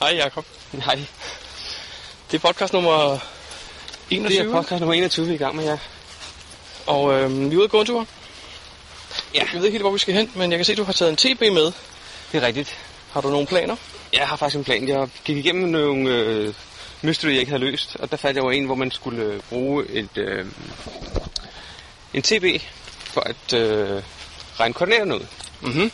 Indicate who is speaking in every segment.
Speaker 1: Hej Jakob.
Speaker 2: Nej,
Speaker 1: Det er podcast nummer 21.
Speaker 2: det er podcast nummer 21, vi er i gang med, ja.
Speaker 1: Og øhm, vi er ude at gå en tur.
Speaker 2: Ja.
Speaker 1: Jeg ved ikke helt, hvor vi skal hen, men jeg kan se, at du har taget en TB med.
Speaker 2: Det er rigtigt.
Speaker 1: Har du nogle planer?
Speaker 2: Jeg har faktisk en plan. Jeg gik igennem nogle øh, mystery, jeg ikke havde løst, og der faldt jeg over en, hvor man skulle øh, bruge et, øh, en TB for at øh, regne koordinaterne ud.
Speaker 1: Mhm.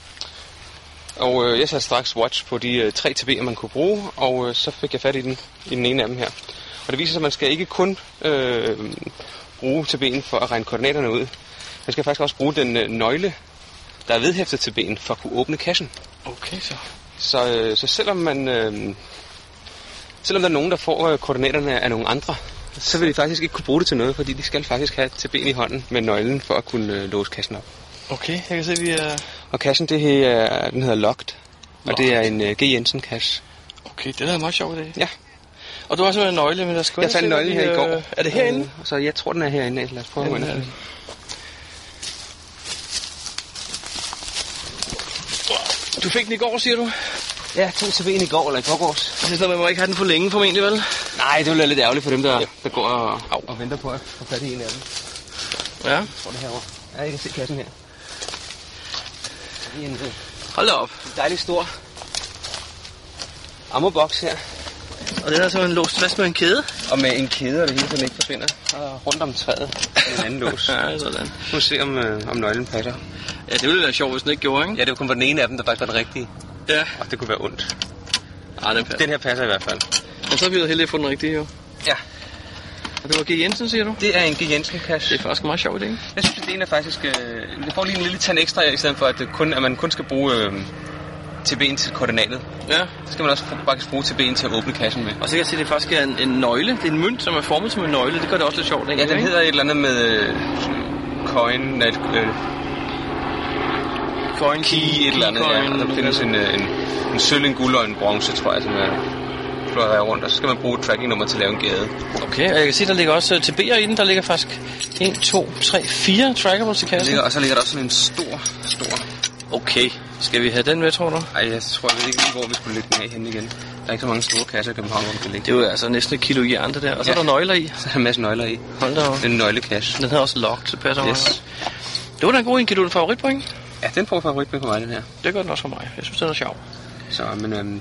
Speaker 2: Og øh, jeg satte straks watch på de øh, tre TB'er, man kunne bruge, og øh, så fik jeg fat i den, i den ene af dem her. Og det viser sig, at man skal ikke kun øh, bruge TB'en for at regne koordinaterne ud. Man skal faktisk også bruge den øh, nøgle, der er vedhæftet til ben, for at kunne åbne kassen.
Speaker 1: Okay, så.
Speaker 2: Så, øh, så selvom man... Øh, selvom der er nogen, der får øh, koordinaterne af nogle andre, så vil de faktisk ikke kunne bruge det til noget, fordi de skal faktisk have til ben i hånden med nøglen for at kunne øh, låse kassen op.
Speaker 1: Okay, jeg kan se, at vi er...
Speaker 2: Og kassen, det her, er- den hedder Locked, og det er
Speaker 1: Locked.
Speaker 2: en øh, G. Jensen-kasse.
Speaker 1: Okay, det er meget sjovt i dag.
Speaker 2: Ja,
Speaker 1: Og du har simpelthen en nøgle, men der skal
Speaker 2: jeg fandt nøglen her i går.
Speaker 1: Er det herinde?
Speaker 2: Øh, Så jeg tror, den øh, er herinde. Lad os prøve at gå
Speaker 1: Den
Speaker 2: ind.
Speaker 1: er-
Speaker 2: og- Øh.
Speaker 1: Du fik den i går, siger du?
Speaker 2: Ja, to til ben i går eller i forgårs.
Speaker 1: Det er sådan, man må ikke have den for længe formentlig, vel?
Speaker 2: Nej, det ville være lidt ærgerligt for dem, der,
Speaker 1: Ja.
Speaker 2: der går og,
Speaker 1: Au.
Speaker 2: og venter på at få fat i en af dem.
Speaker 1: Ja.
Speaker 2: Jeg tror, det er herovre. Ja, I kan se kassen her. Det er en, øh,
Speaker 1: Hold da op.
Speaker 2: en dejlig stor ammerboks her.
Speaker 1: Og den er så en låst fast med en kæde.
Speaker 2: Og med en kæde og det hele, så den ikke forsvinder. Og rundt om træet med en anden lås.
Speaker 1: Ja, sådan.
Speaker 2: Nu se, om, øh, om nøglen passer.
Speaker 1: Ja, det ville være sjovt, hvis den ikke gjorde, ikke?
Speaker 2: Ja, det var kun for den ene af dem, der faktisk var den rigtige.
Speaker 1: Ja.
Speaker 2: Og det kunne være ondt.
Speaker 1: Ej, den passer.
Speaker 2: Den her passer i hvert fald.
Speaker 1: Men så er vi jo heldige at få den rigtige, jo.
Speaker 2: Ja.
Speaker 1: Og det var G. Jensen, siger du?
Speaker 2: Det er en G. Jensen-kasse.
Speaker 1: Det er faktisk meget sjovt, ikke?
Speaker 2: Jeg synes, at det ene er faktisk... Øh, det får lige en lille tand ekstra, i stedet for, at, det kun, at man kun skal bruge øh, TB'en til koordinatet.
Speaker 1: Ja.
Speaker 2: Så skal man også faktisk bruge TB'en til at åbne kassen med.
Speaker 1: Og så kan jeg se, at det faktisk er en, en nøgle. Det er en mønt, som er formet som en nøgle. Det gør det også lidt sjovt, ikke?
Speaker 2: Ja, den
Speaker 1: Ikke?
Speaker 2: hedder et eller andet med... Øh, coin... Net, øh,
Speaker 1: Coin
Speaker 2: key et eller andet, ja. Og der findes en, øh, en, en sølv, en guld og en bronze, tror jeg, som er florerer rundt. Og så skal man bruge tracking-nummer til at lave en gade.
Speaker 1: Okay, og jeg kan se, der ligger også øh, til B'er i den. Der ligger faktisk 1, 2, 3, 4 trackables i
Speaker 2: Der
Speaker 1: kassen.
Speaker 2: ligger, og så ligger der også sådan en stor, stor...
Speaker 1: Okay, skal vi have den med, tror du?
Speaker 2: Ej, jeg tror jeg ved ikke lige, hvor vi skulle lægge den af henne igen. Der er ikke så mange store kasser i København, hvor man kan lægge
Speaker 1: Det
Speaker 2: det.
Speaker 1: er jo altså næsten et kilo jern, det der. Og så
Speaker 2: Ja.
Speaker 1: er der nøgler i.
Speaker 2: Så er der en masse nøgler i.
Speaker 1: Hold da op.
Speaker 2: Det er en nøglekasse.
Speaker 1: Den hedder også locked, så passer
Speaker 2: Yes.
Speaker 1: yes. Det var da en god en. Giver du den favoritpoint?
Speaker 2: Ja, den får favoritpoint på mig, den her.
Speaker 1: Det gør den også for mig. Jeg synes, den er sjov.
Speaker 2: Så, men øhm,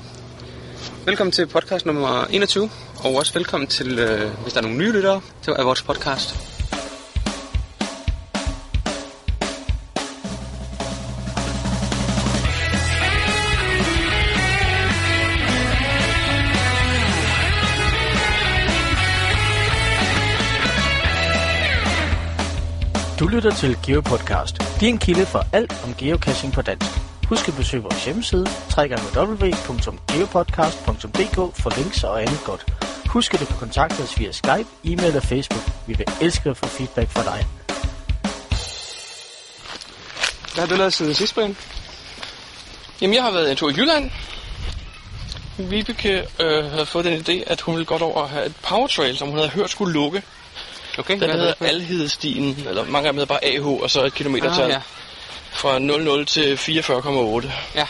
Speaker 2: velkommen til podcast nummer 21, og også velkommen til, øh, hvis der er nogle nye lyttere, til af vores podcast.
Speaker 3: Du lytter til GeoPodcast, din kilde for alt om geocaching på dansk. Husk at besøge vores hjemmeside, www.geopodcast.dk for links og andet godt. Husk at du kan kontakte os via Skype, e-mail og Facebook. Vi vil elske at få feedback fra dig.
Speaker 2: Hvad har du lavet siden sidst, Brian?
Speaker 1: Jamen, jeg har været en tur i Jylland. Vibeke øh, havde fået den idé, at hun ville godt over at have et powertrail, som hun havde hørt skulle lukke.
Speaker 2: Okay,
Speaker 1: Den
Speaker 2: hvad
Speaker 1: hedder
Speaker 2: har du
Speaker 1: Alhedestien, eller mange af dem hedder bare AH, og så et
Speaker 2: lavet?
Speaker 1: kilometertal
Speaker 2: ah, ja.
Speaker 1: fra 00 til 44,8.
Speaker 2: ja.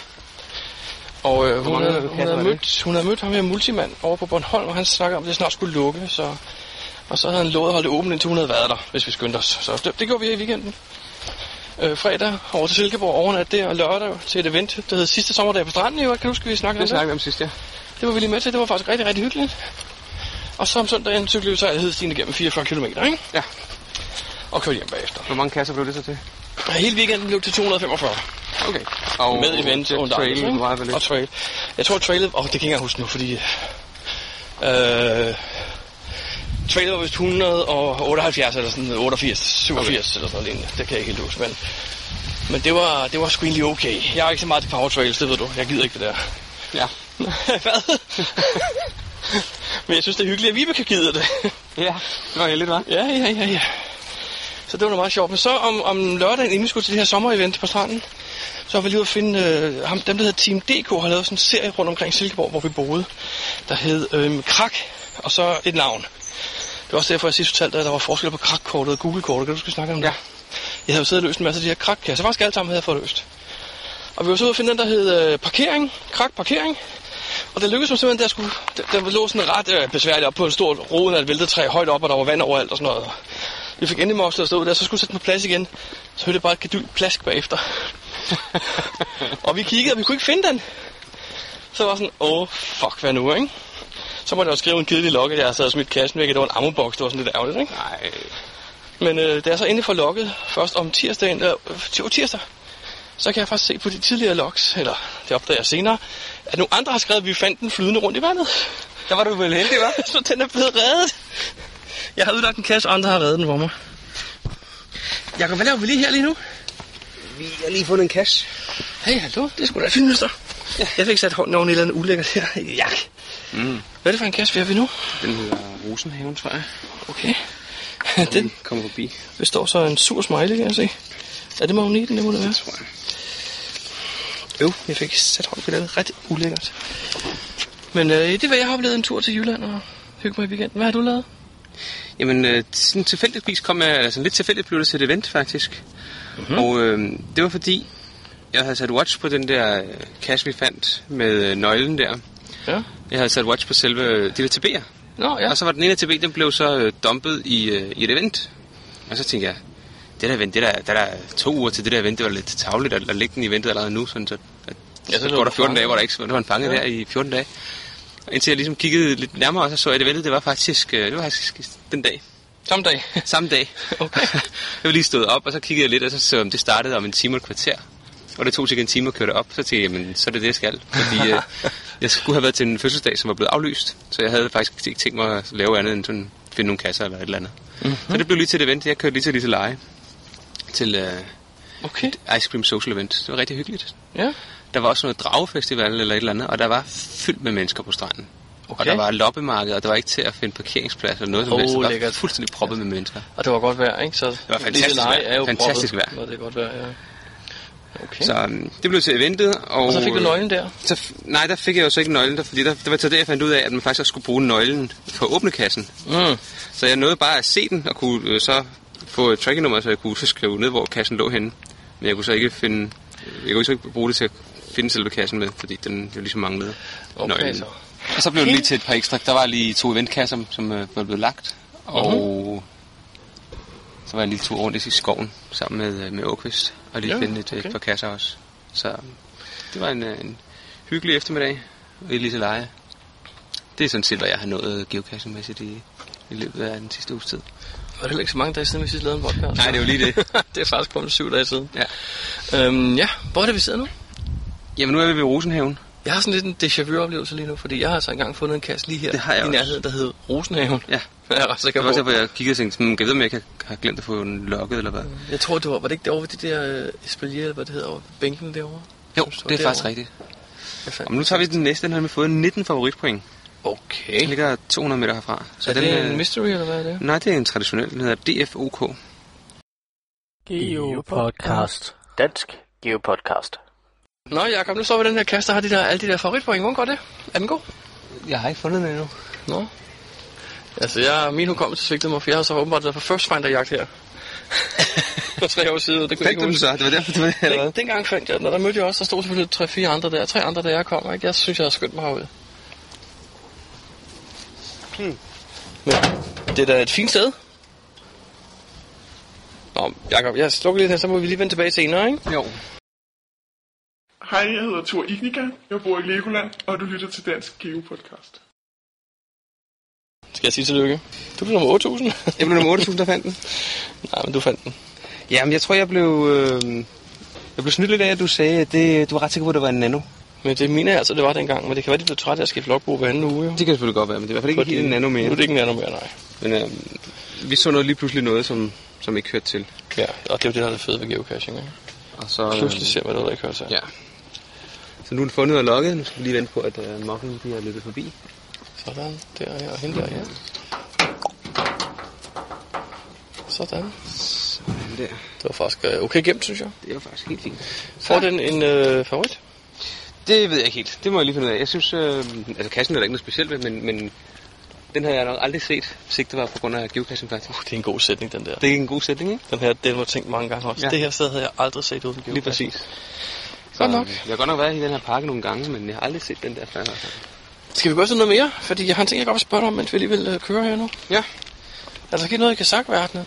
Speaker 1: Og øh, hun,
Speaker 2: mange
Speaker 1: havde, hun,
Speaker 2: kasser var
Speaker 1: havde
Speaker 2: det?
Speaker 1: mødt, hun havde mødt ham her multimand over på Bornholm, og han snakkede om, at det snart skulle lukke, så... Og så havde han lovet at holde det åbent, indtil hun havde været der, hvis vi skyndte os. Så det, det gjorde vi her i weekenden. Øh, fredag over til Silkeborg, overnat der, og lørdag til et event, der hed sidste sommerdag på stranden, jo. Kan du huske, vi snakkede om det?
Speaker 2: Det snakkede vi om sidst, ja.
Speaker 1: Det var vi lige med til. Det var faktisk rigtig, rigtig hyggeligt. Og så om søndagen cyklede vi så Alhedestien igennem 44 km, ikke?
Speaker 2: Ja.
Speaker 1: Og kørte hjem bagefter.
Speaker 2: Hvor mange kasser blev det så til?
Speaker 1: Og hele weekenden blev til 245.
Speaker 2: Okay. Og
Speaker 1: med event
Speaker 2: og
Speaker 1: under
Speaker 2: trail,
Speaker 1: ikke?
Speaker 2: var vel
Speaker 1: Og
Speaker 2: lidt.
Speaker 1: trail. Jeg tror, trailet... Åh, oh, det kan jeg ikke engang huske nu, fordi... Øh, trailet var vist 178 eller sådan noget, 88, 87 okay. eller sådan noget lignende. Det kan jeg ikke helt huske, men... Men det var, det var sgu egentlig okay. Jeg er ikke så meget til power trails, det ved du. Jeg gider ikke det der.
Speaker 2: Ja.
Speaker 1: Hvad? men jeg synes, det er hyggeligt, at Vibe kan gide det.
Speaker 2: Ja, det var heldigt, hva'?
Speaker 1: Ja, ja, ja, ja. Så det var da meget sjovt. Men så om, om lørdagen, inden vi skulle til det her sommerevent på stranden, så var vi lige ude at finde, øh, ham, dem der hedder Team DK, har lavet sådan en serie rundt omkring Silkeborg, hvor vi boede, der hed øh, Krak, og så et navn. Det var også derfor, jeg sidst fortalte dig, at der var forskel på Krak-kortet og Google-kortet. Kan du huske, vi snakkede om det?
Speaker 2: Ja.
Speaker 1: Jeg havde jo siddet og løst en masse af de her Krak-kasser. Faktisk alle sammen havde jeg fået løst. Og vi var så ude og finde den, der hed øh, Parkering, Krak Parkering, Og det lykkedes mig simpelthen, der, skulle, der, der lå sådan ret øh, besværligt op på en stor rod af et væltet træ højt op, og der var vand overalt og sådan noget. Vi fik endelig mokslet os ud der, så skulle jeg sætte den på plads igen. Så hørte jeg bare et gedylt plask bagefter. og vi kiggede, og vi kunne ikke finde den. Så var jeg sådan, åh, oh, fuck, hvad nu, ikke? Så måtte jeg jo skrive en kedelig lok, at jeg havde sad og smidt kassen væk, og det var en ammoboks, det var sådan lidt ærgerligt, ikke?
Speaker 2: Nej,
Speaker 1: Men øh, da jeg så endelig får lokket først om tirsdagen, øh, til tirsdag, så kan jeg faktisk se på de tidligere logs, eller det opdager jeg senere, at nogle andre har skrevet, at vi fandt den flydende rundt i vandet.
Speaker 2: der var du vel heldig, hva'?
Speaker 1: så den er blevet reddet. Jeg har udlagt en kasse, og andre har reddet den for mig. Jakob, hvad laver vi lige her lige nu?
Speaker 2: Vi har lige fundet en kasse.
Speaker 1: Hey, hallo, det skulle da filmes der. Jeg fik sat hånden over en eller anden ulækkert her. Jak.
Speaker 2: Mm.
Speaker 1: Hvad er det for en kasse, vi har ved nu?
Speaker 2: Den hedder Rosenhaven, tror jeg.
Speaker 1: Okay. Den
Speaker 2: kommer forbi,
Speaker 1: består så af en sur smiley, kan jeg se. Er det magneten, det må det være?
Speaker 2: tror jeg.
Speaker 1: Jo, jeg fik sat hånd på det. Ret ulækkert. Men øh, det var, jeg har oplevet en tur til Jylland og hygge mig i weekenden. Hvad har du lavet?
Speaker 2: Jamen, øh, sådan tilfældigvis kom jeg, altså lidt tilfældigt blev det til et event, faktisk. Mm-hmm. Og øh, det var fordi, jeg havde sat watch på den der øh, kasse, vi fandt med øh, nøglen der.
Speaker 1: Ja.
Speaker 2: Jeg havde sat watch på selve øh, de der TB'er.
Speaker 1: Nå,
Speaker 2: Ja.
Speaker 1: ja.
Speaker 2: Og så var den ene af TB, den blev så øh, dumpet i, øh, i et event. Og så tænkte jeg, det der event, det der, der er der to uger til det der event, det var lidt tavligt at, at lægge den i eventet allerede nu, sådan så, at,
Speaker 1: Ja,
Speaker 2: ja,
Speaker 1: så
Speaker 2: så,
Speaker 1: lå
Speaker 2: går
Speaker 1: den
Speaker 2: der 14
Speaker 1: fanget.
Speaker 2: dage, hvor der ikke der var en fange
Speaker 1: Ja.
Speaker 2: ja. der i 14 dage. Og Indtil jeg ligesom kiggede lidt nærmere, og så så jeg, at eventet, det var faktisk, øh, det var faktisk den dag.
Speaker 1: Samme dag.
Speaker 2: Samme dag.
Speaker 1: Okay.
Speaker 2: jeg var lige stået op, og så kiggede jeg lidt, og så så jeg, om det startede om en time og et kvarter. Og det tog cirka en time at køre det op, så tænkte jeg, jamen, så er det det, jeg skal. Fordi øh, jeg skulle have været til en fødselsdag, som var blevet aflyst. Så jeg havde faktisk ikke tænkt mig at lave andet end sådan, finde nogle kasser eller et eller andet.
Speaker 1: Mhm.
Speaker 2: Mm-hmm. Så det blev lige til et event. Jeg kørte lige til Lise Leje til øh,
Speaker 1: Okay.
Speaker 2: Ice Cream Social Event. Det var rigtig hyggeligt.
Speaker 1: Ja.
Speaker 2: Der var også noget dragefestival eller et eller andet, og der var fyldt med mennesker på stranden. Okay. Og
Speaker 1: Okay.
Speaker 2: der var loppemarked, og der var ikke til at finde parkeringsplads eller noget som
Speaker 1: Åh,
Speaker 2: helst. Der var
Speaker 1: lækkert.
Speaker 2: fuldstændig proppet med mennesker.
Speaker 1: Og det var godt vejr, ikke? Så det
Speaker 2: var fantastisk
Speaker 1: leje
Speaker 2: vejr.
Speaker 1: er jo
Speaker 2: Fantastisk
Speaker 1: proppet,
Speaker 2: vejr.
Speaker 1: Når det er godt vejr, ja. Okay.
Speaker 2: Så øhm, det blev til eventet. Og,
Speaker 1: og så fik du
Speaker 2: øh,
Speaker 1: nøglen der.
Speaker 2: Så, f- nej, der fik jeg jo så ikke nøglen, der, fordi der, der var så det, jeg fandt ud af, at man faktisk også skulle bruge nøglen for at åbne kassen.
Speaker 1: Mm.
Speaker 2: Så jeg nåede bare at se den, og kunne øh, så få et tracking-nummer, så jeg kunne så skrive ned, hvor kassen lå henne. Men jeg kunne så ikke finde, jeg kunne så ikke bruge det til at finde selve kassen med, fordi den jo ligesom manglede
Speaker 1: Okay,
Speaker 2: nøglen.
Speaker 1: så.
Speaker 2: Og så blev det lige til et par ekstra. Der var lige to eventkasser, som øh, var blevet lagt, og så var jeg lige to rundt i skoven sammen med, øh, med Åkvist, og lige
Speaker 1: Ja,
Speaker 2: ja, finde et, okay.
Speaker 1: okay.
Speaker 2: et par kasser også. Så det var en, øh, en hyggelig eftermiddag i Lise Leje. Det er sådan set, hvad jeg har nået geocaching-mæssigt i, i løbet af den sidste uges tid.
Speaker 1: Var det heller ikke så mange dage siden, vi sidst lavede en podcast?
Speaker 2: Nej, det er jo lige det.
Speaker 1: det er faktisk kun syv dage siden.
Speaker 2: Ja.
Speaker 1: Øhm, ja, hvor er det, vi sidder nu?
Speaker 2: Jamen, nu er vi ved Rosenhaven.
Speaker 1: Jeg har sådan lidt en déjà vu oplevelse lige nu, fordi jeg har altså engang fundet en kasse lige her
Speaker 2: Det har jeg
Speaker 1: i
Speaker 2: også.
Speaker 1: nærheden, der hedder Rosenhaven.
Speaker 2: Ja.
Speaker 1: Jeg er ret sikker
Speaker 2: Det var også
Speaker 1: på.
Speaker 2: derfor, jeg kiggede og tænkte, sådan, "Hmm, kan jeg ved, om jeg kan, har glemt at få den lukket, eller hvad?
Speaker 1: Jeg tror, det var, var det ikke derovre ved det der øh, espalier, eller hvad det hedder, over ved bænken derovre?
Speaker 2: Jo,
Speaker 1: Jeg synes, var
Speaker 2: det er faktisk
Speaker 1: derovre.
Speaker 2: rigtigt.
Speaker 1: Jeg fandt
Speaker 2: Jamen, nu tager vi den næste. Den har vi fået 19 favoritpoint.
Speaker 1: Okay.
Speaker 2: Den ligger 200 meter herfra.
Speaker 1: Er
Speaker 2: den,
Speaker 1: det
Speaker 2: øh,
Speaker 1: en mystery, eller hvad er det?
Speaker 2: Nej, det er en traditionel. Den hedder DFOK.
Speaker 3: Geopodcast. Dansk Geopodcast.
Speaker 1: Nå, Jacob, nu står vi i den her kasse, der har de der, alle de der favoritpoint. Hvordan går det? Er den god?
Speaker 2: Jeg har ikke fundet den endnu.
Speaker 1: Nå. Altså, jeg, min hukommelse svigtede mig, for jeg har så åbenbart været på First Finder-jagt her. for tre år siden, og det kunne jeg
Speaker 2: Fandt
Speaker 1: ikke
Speaker 2: du den
Speaker 1: huske.
Speaker 2: så? Det var derfor, det var det, jeg
Speaker 1: Den, dengang fandt jeg den, og der mødte jeg også, der stod selvfølgelig tre, fire andre der, tre andre, der jeg kom, ikke? Jeg synes, jeg har skyndt mig herud.
Speaker 2: Hmm.
Speaker 1: Men det er da et fint sted. Nå, Jacob, jeg slukker lidt her, så må vi lige vende tilbage senere, ikke?
Speaker 2: Jo.
Speaker 4: Hej, jeg hedder Thor Ignika, jeg bor i Legoland, og du lytter til Dansk Geo Podcast.
Speaker 1: Skal jeg sige tillykke? Du blev nummer 8000.
Speaker 2: Jeg blev nummer 8000, der fandt den.
Speaker 1: Nej, men du fandt den.
Speaker 2: Jamen, jeg tror, jeg blev... Øh... Jeg blev snydt lidt af, at du sagde, at det, du var ret sikker på, at det var en nano.
Speaker 1: Men det mener jeg altså, det var dengang, men det kan være, de blev trætte af at skifte logbog hver anden uge, jo.
Speaker 2: Det kan selvfølgelig godt være, men det er i hvert fald ikke
Speaker 1: Fordi-
Speaker 2: helt en nano mere.
Speaker 1: Nu er det ikke en nano mere, nej.
Speaker 2: Men øh, vi så noget lige pludselig noget, som, som ikke hørte til.
Speaker 1: Ja, og det er jo det, der er det fede ved geocaching, ikke?
Speaker 2: Og så, øh,
Speaker 1: Pludselig ser man noget, der ikke hører sig.
Speaker 2: Ja. Så nu er den fundet og lukket. Nu skal vi lige vente på, at øh, mokken bliver løbet forbi.
Speaker 1: Sådan, der her og hende der, ja. Sådan.
Speaker 2: Sådan der.
Speaker 1: Det var faktisk øh, okay gemt, synes jeg.
Speaker 2: Det er jo faktisk helt fint.
Speaker 1: Får den en øh, favorit?
Speaker 2: Det ved jeg ikke helt. Det må jeg lige finde ud af. Jeg synes, øh, altså kassen er der ikke noget specielt ved, men, men den havde jeg nok aldrig set, hvis ikke det var på grund af geokassen faktisk.
Speaker 1: Uh, det er en god sætning, den der.
Speaker 2: Det er ikke en god sætning, ikke?
Speaker 1: Den her, den var tænkt mange gange også. Ja.
Speaker 2: Ja.
Speaker 1: Det her sted havde jeg aldrig set uden geocaching.
Speaker 2: Lige præcis.
Speaker 1: Godt nok.
Speaker 2: øh, Jeg har godt nok været i den her pakke nogle gange, men jeg har aldrig set den der før. Altså.
Speaker 1: Skal vi gå efter noget mere? Fordi jeg har en ting, jeg godt vil spørge dig om, mens vi alligevel øh, kører her nu.
Speaker 2: Ja.
Speaker 1: Er der sket noget i kasakkverdenen?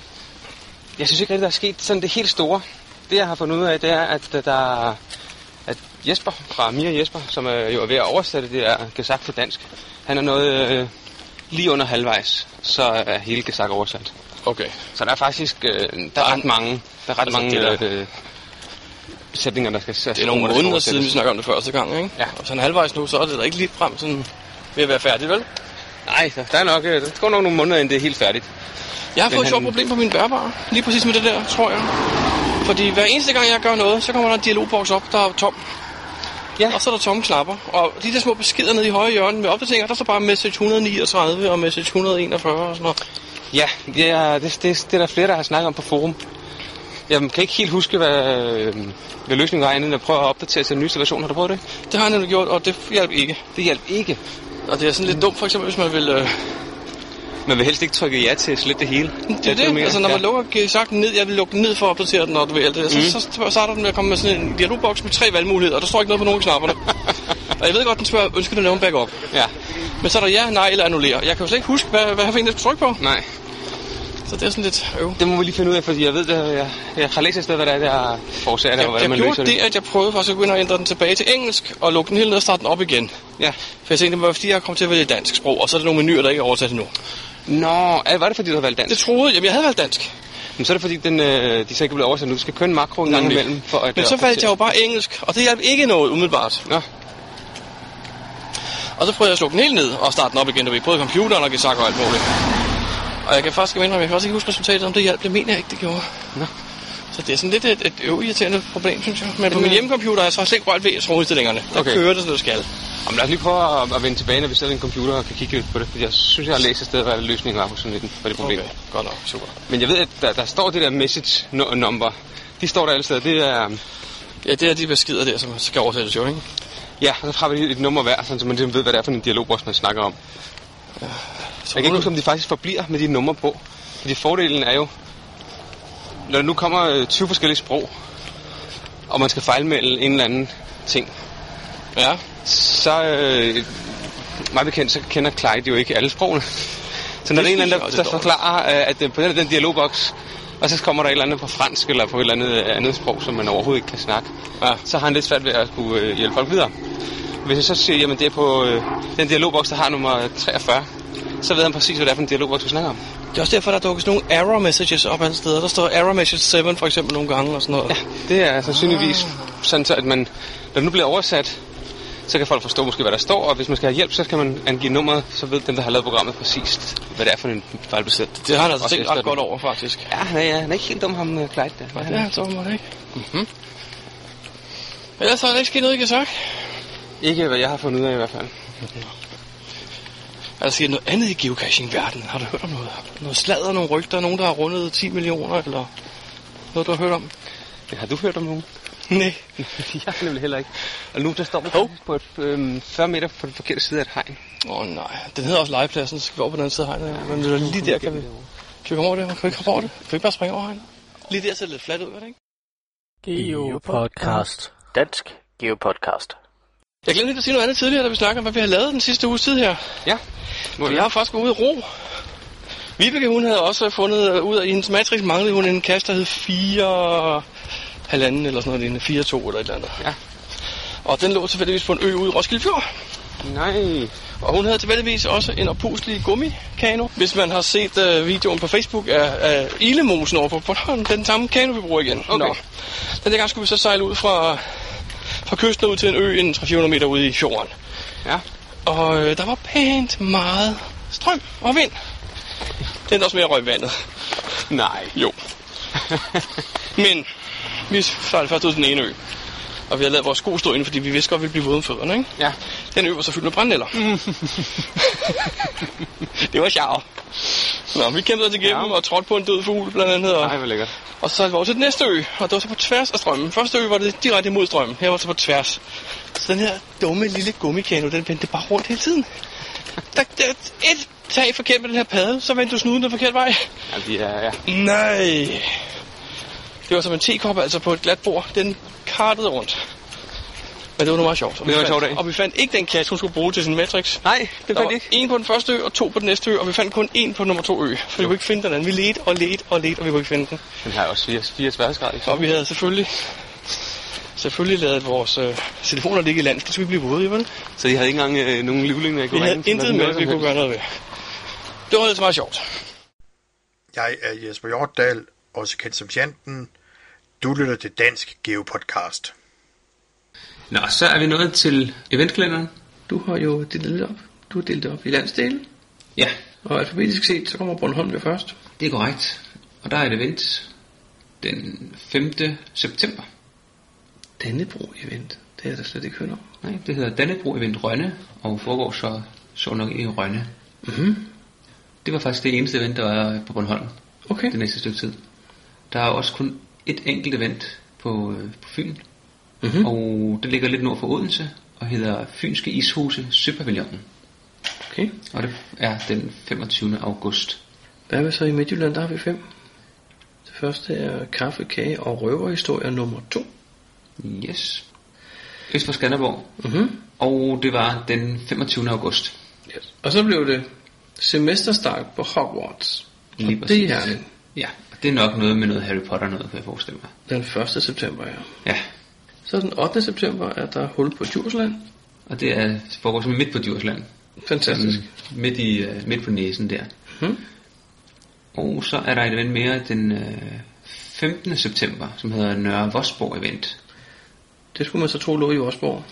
Speaker 2: Jeg synes ikke rigtig, der er sket sådan det helt store. Det, jeg har fundet ud af, det er, at øh, der at Jesper fra Mia Jesper, som er jo er ved at oversætte det der gesagt til dansk, han er noget øh, lige under halvvejs, så er hele gesagt oversat.
Speaker 1: Okay.
Speaker 2: Så der er faktisk øh, der er ret mange, der er ret
Speaker 1: Altså,
Speaker 2: mange
Speaker 1: det er
Speaker 2: øh, sætninger, der skal
Speaker 1: Det er nogle måneder siden, vi snakker om det første gang, ikke?
Speaker 2: Ja.
Speaker 1: Og sådan halvvejs nu, så er det da ikke lige frem sådan ved at være færdig, vel?
Speaker 2: Nej, der- der er nok, øh, der går nok nogle måneder, inden det er helt færdigt.
Speaker 1: Jeg har
Speaker 2: Men
Speaker 1: fået et sjovt
Speaker 2: han-
Speaker 1: problem på min bærbare. Lige præcis med det der, tror jeg. Fordi hver eneste gang, jeg gør noget, så kommer der en dialogboks op, der er tom.
Speaker 2: Ja.
Speaker 1: Og så er der tomme knapper. Og de der små beskeder nede i højre hjørne med opdateringer, der står bare message 139 og message 141 og sådan noget.
Speaker 2: Ja, det er, det, det, det er der flere, der har snakket om på forum. Jeg kan ikke helt huske, hvad, øh, hvad løsningen var, andet end at prøve at opdatere til en ny version. Har du prøvet det?
Speaker 1: Det har jeg nemlig gjort, og det hjalp ikke.
Speaker 2: Det hjalp ikke.
Speaker 1: Og det er sådan lidt dumt, for eksempel, hvis man vil... Øh,
Speaker 2: Man vil helst ikke trykke ja til at slette det hele.
Speaker 1: det er det, altså når man lukker sagten ned, jeg vil lukke den ned for at opdatere den, og du ved, det, så,
Speaker 2: Mhm.
Speaker 1: så, så starter den med at komme med sådan en dialogboks med tre valgmuligheder, og der står ikke noget på nogen af knapperne. og jeg ved godt, den spørger, ønsker du at lave en backup?
Speaker 2: Ja,
Speaker 1: Men så er der ja, nej eller annullere. Jeg kan jo slet ikke huske, hvad, hvad jeg fik at trykke på.
Speaker 2: nej.
Speaker 1: Så det er sådan lidt øv.
Speaker 2: Det må vi lige finde ud af, fordi jeg ved, at jeg, jeg har læst et sted, hvad der er, der forårsager det, og
Speaker 1: Jeg,
Speaker 2: hvordan
Speaker 1: jeg
Speaker 2: man
Speaker 1: gjorde
Speaker 2: løser det.
Speaker 1: det, at jeg prøvede faktisk at gå ind og ændre den tilbage til engelsk, og lukke den hele ned og starte den op igen.
Speaker 2: Ja.
Speaker 1: For jeg tænkte, det var fordi, jeg kom til at vælge dansk sprog, og så er der nogle menuer, der ikke er oversat endnu.
Speaker 2: Nå, er- var det fordi, du har valgt
Speaker 1: Det
Speaker 2: dansk?
Speaker 1: troede jeg, jamen jeg havde valgt dansk.
Speaker 2: Men så er det fordi, den, øh, de så ikke er blevet oversat nu. Du skal køre en makro en gang
Speaker 1: Nemlig.
Speaker 2: imellem. For at, øh,
Speaker 1: Men så valgte jeg jo bare engelsk, og det hjalp ikke noget umiddelbart.
Speaker 2: Nå,
Speaker 1: Og så prøvede jeg at slukke den helt ned og starte den op igen, da vi prøvede computeren og gesak og alt muligt. Og jeg kan faktisk ikke indrømme, jeg kan også ikke huske resultatet, om det hjalp. Det mener jeg ikke, det gjorde.
Speaker 2: Nå.
Speaker 1: Så det er sådan lidt et, et øvirriterende problem, synes jeg. Men øh, på min hjemmecomputer har jeg så slet ikke rørt ved trådstillingerne. Der
Speaker 2: Okay.
Speaker 1: kører det, som det skal.
Speaker 2: Jamen, lad os lige prøve at, at vende tilbage, når vi sidder i en computer og kan kigge lidt på det. Fordi jeg synes, jeg har læst et sted, hvad løsningen var på sådan lidt på det problem. Okay.
Speaker 1: godt nok, super.
Speaker 2: Men jeg ved, at der, der står det der message no- number. De står der alle steder. Det er, øhm,
Speaker 1: Ja, det er de beskeder der, som skal oversættes jo, ikke?
Speaker 2: ja, og så har vi lige et nummer hver, sådan, så man ligesom ved, hvad det er for en dialogboks, man snakker om.
Speaker 1: Så
Speaker 2: Jeg kan ikke
Speaker 1: nu-
Speaker 2: huske, om de faktisk forbliver med de numre på. Fordi fordelen er jo, når der nu kommer øh, 20 forskellige sprog, og man skal fejlmelde en eller anden ting,
Speaker 1: Ja,
Speaker 2: så øh, meget bekendt, så kender Clyde jo ikke alle sprogene. Så når
Speaker 1: Det
Speaker 2: der er en eller
Speaker 1: synes jeg
Speaker 2: anden,
Speaker 1: også
Speaker 2: der,
Speaker 1: er
Speaker 2: der
Speaker 1: dårligt.
Speaker 2: forklarer, øh, at øh, på den, den dialogboks, og så kommer der et eller andet på fransk eller på et eller andet øh, andet sprog, som man overhovedet ikke kan snakke,
Speaker 1: Ja.
Speaker 2: ja. så har han lidt svært ved at kunne øh, hjælpe folk videre. Hvis jeg så siger, jamen det er på øh, den dialogboks, der har nummer 43, så ved han præcis, hvad det er for en dialogboks, vi snakker om.
Speaker 1: det er også derfor, der dukkes nogle error messages op alle steder. Der står error message 7 for eksempel nogle gange og sådan noget. Ja.
Speaker 2: Det er sandsynligvis sådan, så at man, når det nu bliver oversat, så kan folk forstå måske, hvad der står, og hvis man skal have hjælp, så kan man angive nummeret, så ved dem, der har lavet programmet præcist, hvad det er for en fejlbesæt.
Speaker 1: Det har han altså
Speaker 2: Også
Speaker 1: tænkt
Speaker 2: efter
Speaker 1: ret
Speaker 2: den.
Speaker 1: godt over, faktisk.
Speaker 2: Ja, han er, han er ikke helt dum, ham øh, Clyde. Der. Han er-
Speaker 1: Ja, så må det ikke. Mm-hmm. Ellers er der ikke sket noget, I kan sagt.
Speaker 2: Ikke, hvad jeg har fundet ud af i hvert fald.
Speaker 1: Er der sket noget andet i geocaching-verdenen? Har du hørt om noget? Noget sladder, nogle rygter, nogen, der har rundet 10 millioner, eller noget, du har hørt om?
Speaker 2: Det har du hørt om nogen?
Speaker 1: Nej.
Speaker 2: jeg har nemlig heller ikke. Og nu der står vi faktisk på et, øhm, 40 meter på den forkerte side af et hegn.
Speaker 1: Åh oh, nej, den hedder også legepladsen, så skal vi over på den anden side af hegnet. Men det er lige der, kan vi... Kan vi komme over det? Kan vi ikke hoppe over det? Kan vi ikke bare springe over hegnet? Lige der ser det lidt fladt ud, gør det ikke?
Speaker 3: Geopodcast. Dansk Geopodcast.
Speaker 1: Jeg glemte lidt at sige noget andet tidligere, da vi snakkede om, hvad vi har lavet den sidste uges tid her.
Speaker 2: Ja.
Speaker 1: Og jeg har faktisk været ude i ro. Vibeke, hun havde også fundet øh, ud af, at i hendes matrix manglede hun en kasse, der hed 4... halvanden eller sådan noget, lignende. 4-2 eller et eller andet.
Speaker 2: Ja.
Speaker 1: Og den lå tilfældigvis på en ø ude i Roskilde Fjord.
Speaker 2: Nej.
Speaker 1: Og hun havde tilfældigvis også en opuslig gummikano. Hvis man har set øh, videoen på Facebook af, af Ilemosen over på Bornholm, den samme kano, vi bruger igen.
Speaker 2: Okay.
Speaker 1: Den der gang skulle vi så sejle ud fra, fra kysten ud til en ø, en 300-400 meter ude i fjorden.
Speaker 2: Ja.
Speaker 1: Og øh, der var pænt meget strøm og vind. Det endte også med at røge i vandet.
Speaker 2: Nej.
Speaker 1: Jo. Men vi sejlede først ud til den ene ø. Og vi havde lavet vores sko stå inde, fordi vi vidste godt, at vi ville blive våde om fødderne, ikke?
Speaker 2: Ja. Mhm.
Speaker 1: Den ø var så fyldt med brændenælder. det var sjovt. Nå, vi kæmpede os igennem
Speaker 2: Ja.
Speaker 1: ja. og trådte på en død fugl blandt andet. Og,
Speaker 2: Nej, hvor lækkert.
Speaker 1: og så sejlede vi over til den næste ø, og det var så på tværs af strømmen. Første ø var det direkte imod strømmen. Her var det så på tværs. Så den her dumme lille gummikano, den vendte bare rundt hele tiden. Der, der, et tag forkert med den her padde, så vendte du snuden den forkerte vej.
Speaker 2: Ja, de er, ja.
Speaker 1: Nej. Det var som en tekop, altså på et glat bord. Den kartede rundt.
Speaker 2: Men det var nu meget sjovt. Og vi
Speaker 5: Det var en
Speaker 2: fandt-
Speaker 5: sjov dag.
Speaker 2: Og vi fandt ikke den kasse, hun skulle bruge til sin matrix.
Speaker 5: Nej, det
Speaker 2: Der
Speaker 5: fandt
Speaker 2: var
Speaker 5: de ikke.
Speaker 2: en på den første ø, og to på den næste ø, og vi fandt kun en på nummer to ø. For vi kunne ikke finde den anden. Vi ledte og ledte og ledte, og vi kunne ikke finde den.
Speaker 5: Den har også 80, 80 sværhedsgrad, ikke?
Speaker 2: Og vi havde selvfølgelig selvfølgelig lavet vores øh, telefoner ligge i land, så skulle vi blive våde, jo, vel?
Speaker 5: Så de havde ikke engang øh, nogen livlinjer, jeg
Speaker 2: Vi
Speaker 5: kunne
Speaker 2: havde
Speaker 5: ringe til, når
Speaker 2: intet
Speaker 5: de
Speaker 2: med,
Speaker 5: nåede
Speaker 2: vi
Speaker 5: som
Speaker 2: kunne gøre
Speaker 5: helst.
Speaker 2: noget ved. Det var altså meget sjovt.
Speaker 6: Jeg er Jesper Hjortdal, også kendt som Janten. Du lytter til Dansk Geopodcast.
Speaker 5: Nå, så er vi nået til eventkalenderen.
Speaker 1: Du har jo delt det lidt op. Du har delt det op i landsdele,
Speaker 5: Ja,
Speaker 1: og alfabetisk set, så kommer Bornholm jo først.
Speaker 5: det er korrekt. Og der er et event den 5. september.
Speaker 1: Dannebro-event, det er jeg da slet ikke hørt om.
Speaker 5: Nej, det hedder Dannebro Event Rønne, og foregår så, så nok i Rønne. Mm-hmm. Det var faktisk det eneste event, der var på Bornholm
Speaker 1: Okay,
Speaker 5: det næste stykke tid. Der er også kun et enkelt event på, øh, på Fyn,
Speaker 1: Mhm.
Speaker 5: mm-hmm. og det ligger lidt nord for Odense, og hedder Fynske Ishuse Søpavillonen,
Speaker 1: okay.
Speaker 5: og det er den 25. august.
Speaker 1: Hvad er vi så i Midtjylland? Der har vi fem. Det første er kaffe, kage og røverhistorier nummer to.
Speaker 5: Yes. Øst for Skanderborg,
Speaker 1: Mhm.
Speaker 5: og det var den 25. august.
Speaker 1: Yes. Og så blev det semesterstart på Hogwarts.
Speaker 5: Lige
Speaker 1: og det
Speaker 5: præcis.
Speaker 1: er det.
Speaker 5: Ja, og det er nok noget med noget Harry Potter noget, kan jeg forestille mig.
Speaker 1: den 1. september, ja.
Speaker 5: Ja,
Speaker 1: Så den 8. september er der hul på Djursland.
Speaker 5: og det er, foregår sådan midt på Djursland.
Speaker 1: Fantastisk.
Speaker 5: Sådan midt, i, øh, midt på næsen der.
Speaker 1: Mhm.
Speaker 5: Og så er der et event mere den øh, 15. september, som hedder Nørre Vosborg event.
Speaker 1: Det skulle man så tro lå i Osborg.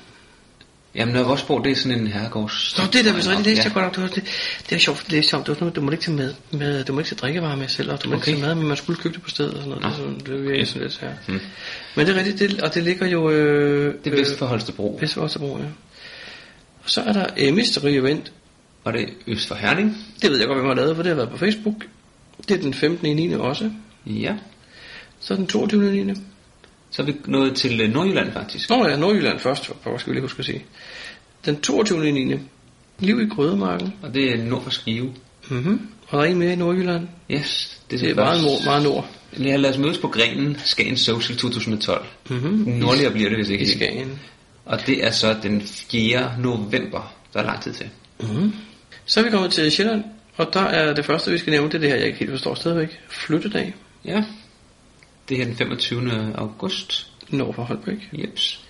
Speaker 5: Jamen Nørre Vosborg, det er sådan en herregårds...
Speaker 1: Nå, det der, hvis rigtigt læste jeg
Speaker 5: ja.
Speaker 1: godt nok, det var, det, det var sjovt, at læse om, det var sådan noget, du må ikke tage med, med du må ikke tage drikkevarer med selv, og du må okay.
Speaker 5: Okay.
Speaker 1: ikke tage mad, men man skulle købe det på stedet og sådan noget.
Speaker 5: Nå.
Speaker 1: Det, er sådan, det virker
Speaker 5: Okay.
Speaker 1: sådan lidt her. Hmm. Men det er rigtigt, det, og det ligger jo... Øh,
Speaker 5: Det er vest for Holstebro,
Speaker 1: Øh, vest for Holstebro, ja. Og så er der Emmys event.
Speaker 5: og det er øst for Herning.
Speaker 1: Det ved jeg godt, hvem har lavet, for det har været på Facebook. Det er den 15. i 9. også.
Speaker 5: Ja,
Speaker 1: Så er den 22. i 9.
Speaker 5: så er vi nået til øh, Nordjylland faktisk.
Speaker 1: Nå ja, Nordjylland først, for pokker skal vi lige huske at sige. Den 22. i 9. Liv i Grødemarken.
Speaker 5: Og det er nord for Skive.
Speaker 1: Mm-hmm. Og der er en mere i Nordjylland.
Speaker 5: Yes,
Speaker 1: Det er meget nord, meget nord.
Speaker 5: Ja, lad os mødes på grenen Skagen Social 2012. Mm-hmm. Nordligere bliver det, hvis ikke
Speaker 1: Mhm. i
Speaker 5: helt.
Speaker 1: Skagen.
Speaker 5: Og det er så den 4. november, der er lang tid til.
Speaker 1: Så er vi kommet til Sjælland, og der er det første, vi skal nævne, det er det her, jeg ikke helt forstår stadigvæk. Flyttedag
Speaker 5: Ja, det er den 25. august.
Speaker 1: nord for Holbæk.
Speaker 5: Jeps.